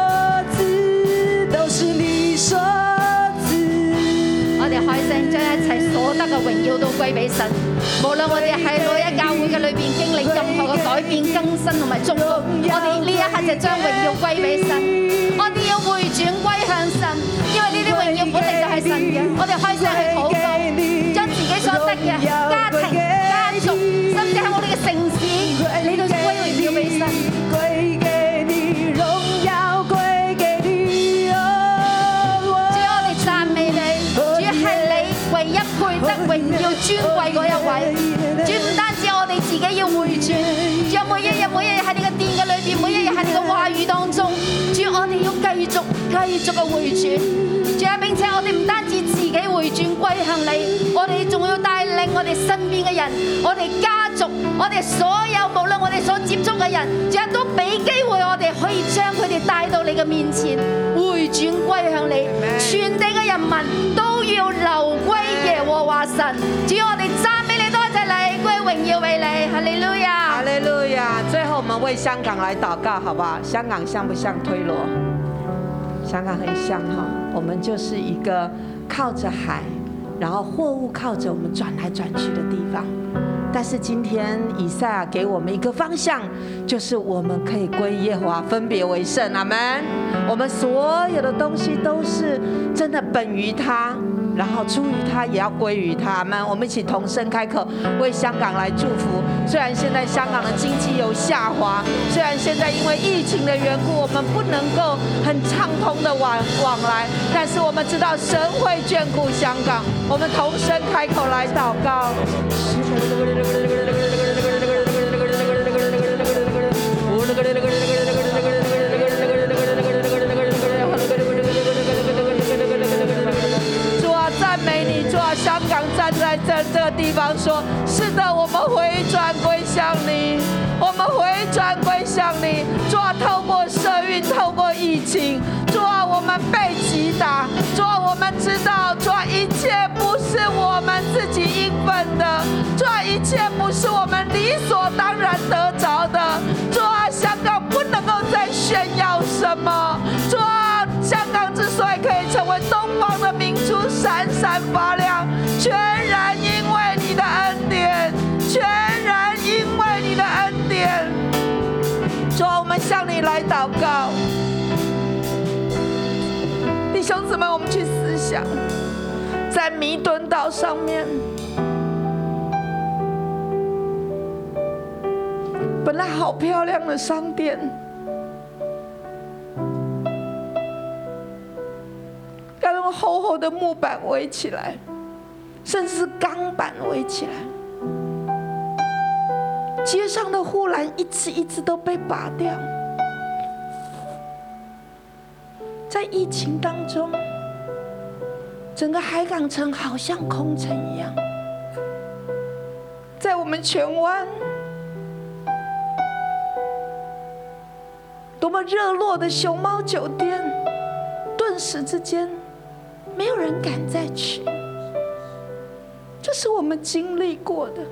[SPEAKER 5] 赐，都是你所赐。
[SPEAKER 7] 我哋開聲將一切所得嘅榮耀都歸俾神。無論我哋喺老一教會嘅裏邊經歷任何嘅改變、更新同埋祝福，我哋呢一刻就將榮耀歸俾神。我哋要回轉歸向神，因為呢啲榮耀本嚟就係神嘅。我哋開聲去禱告，將自己所得嘅家庭、家族，甚至喺我哋嘅城市，你都歸榮耀俾神。
[SPEAKER 5] 归给你荣耀，归给你哦。
[SPEAKER 7] 主，我哋赞美你，主系你唯一配得荣耀尊貴嗰一位。主唔單止我哋自己要回轉，主每一日每一日喺你嘅殿嘅裏邊，每一日喺你嘅話語當中，主我哋要繼續繼續嘅回轉。主啊，並且我哋唔單止自己回轉歸向你，我哋仲要帶領我哋身邊嘅人，我哋家族，我哋所有無論我哋所接觸嘅人，主啊都俾機會我哋可以將佢哋帶到你嘅面前，回轉歸向你，全地嘅人民都要流歸耶和華神。主，我哋讚俾你，多謝你，歸榮耀俾你，哈利路
[SPEAKER 5] 哈
[SPEAKER 7] 亞。
[SPEAKER 5] 利路亚！最后我们为香港来祷告，好不好？香港像不像推罗？香港很像哈，我们就是一个靠着海，然后货物靠着我们转来转去的地方。但是今天以赛亚给我们一个方向，就是我们可以归耶和华，分别为圣。阿门。我们所有的东西都是真的本于他，然后出于他，也要归于他。阿门。我们一起同声开口，为香港来祝福。虽然现在香港的经济有下滑，虽然现在因为疫情的缘故，我们不能够很畅通的往往来，但是我们知道神会眷顾香港。我们同声开口来祷告。主啊，赞美你！主啊，香港站在这这个地方说：是的，我们回转归向你，我们回转归向你。主啊，透过社运，透过疫情，主啊，我们被击打，主啊，我们知道，主啊，一切不是我们自己应分的，主啊，一切不是我们理所当然得着的。主啊，香港不能够再炫耀什么，主啊。香港之所以可以成为东方的明珠，闪闪发亮，全然因为你的恩典，全然因为你的恩典。主啊，我们向你来祷告，弟兄姊妹，我们去思想，在弥敦岛上面，本来好漂亮的商店。要用厚厚的木板围起来，甚至是钢板围起来。街上的护栏一次一次都被拔掉。在疫情当中，整个海港城好像空城一样。在我们荃湾，多么热络的熊猫酒店！顿时之间，没有人敢再去。这是我们经历过的。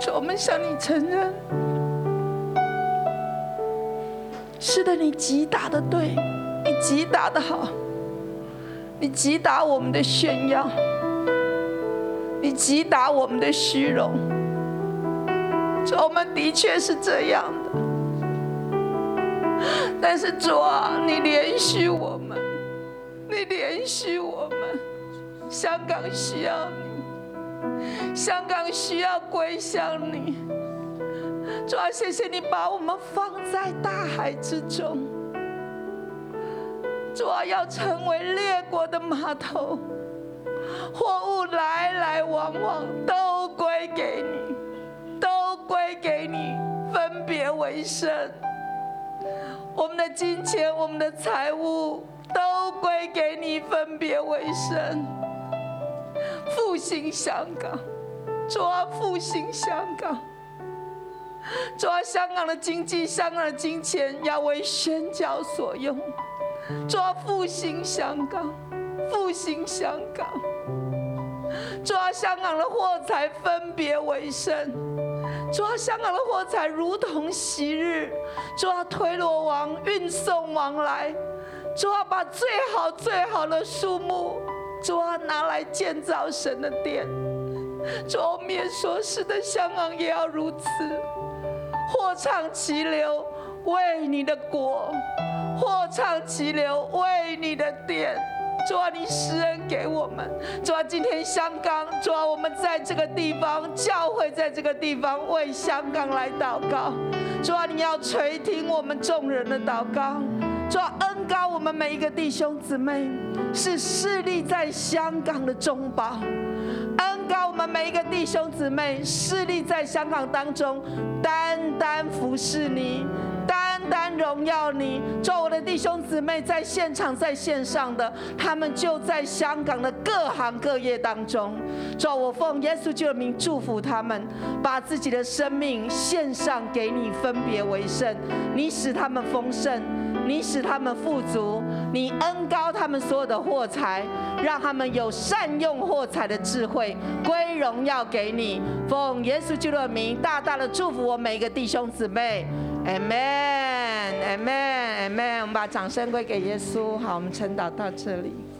[SPEAKER 5] 主，我们向你承认，是的，你击打的对，你击打的好，你击打我们的炫耀，你击打我们的虚荣。主，我们的确是这样的。但是主啊，你连续我们，你连续我们，香港需要你，香港需要归向你。主啊，谢谢你把我们放在大海之中。主啊，要成为列国的码头，货物来来往往都归给你。都归给你，分别为圣。我们的金钱、我们的财物都归给你，分别为圣。复兴香港，主啊，复兴香港。主啊，香港的经济、香港的金钱要为宣教所用。主啊，复兴香港，复兴香港。主啊，香港的货财分别为圣。主啊，香港的货财如同昔日，主啊，推罗王运送往来，主啊，把最好最好的树木，主啊，拿来建造神的殿。主啊，我们也说，是的，香港也要如此，货畅其流，为你的国；货畅其流，为你的殿。主啊，你施恩给我们。主啊，今天香港，主啊，我们在这个地方，教会在这个地方为香港来祷告。主啊，你要垂听我们众人的祷告。主啊，恩高我们每一个弟兄姊妹，是势力在香港的中保。恩高我们每一个弟兄姊妹，势力在香港当中，单单服侍你。单单荣耀你，主啊我的弟兄姊妹在现场、在线上的，他们就在香港的各行各业当中。主啊，我奉耶稣基督的名祝福他们，把自己的生命献上给你，分别为圣。你使他们丰盛，你使他们富足，你恩高他们所有的货财，让他们有善用货财的智慧，归荣耀给你。奉耶稣基督的名，大大的祝福我每一个弟兄姊妹。Amen，Amen，Amen。我们把掌声归给耶稣。好，我们晨祷到这里。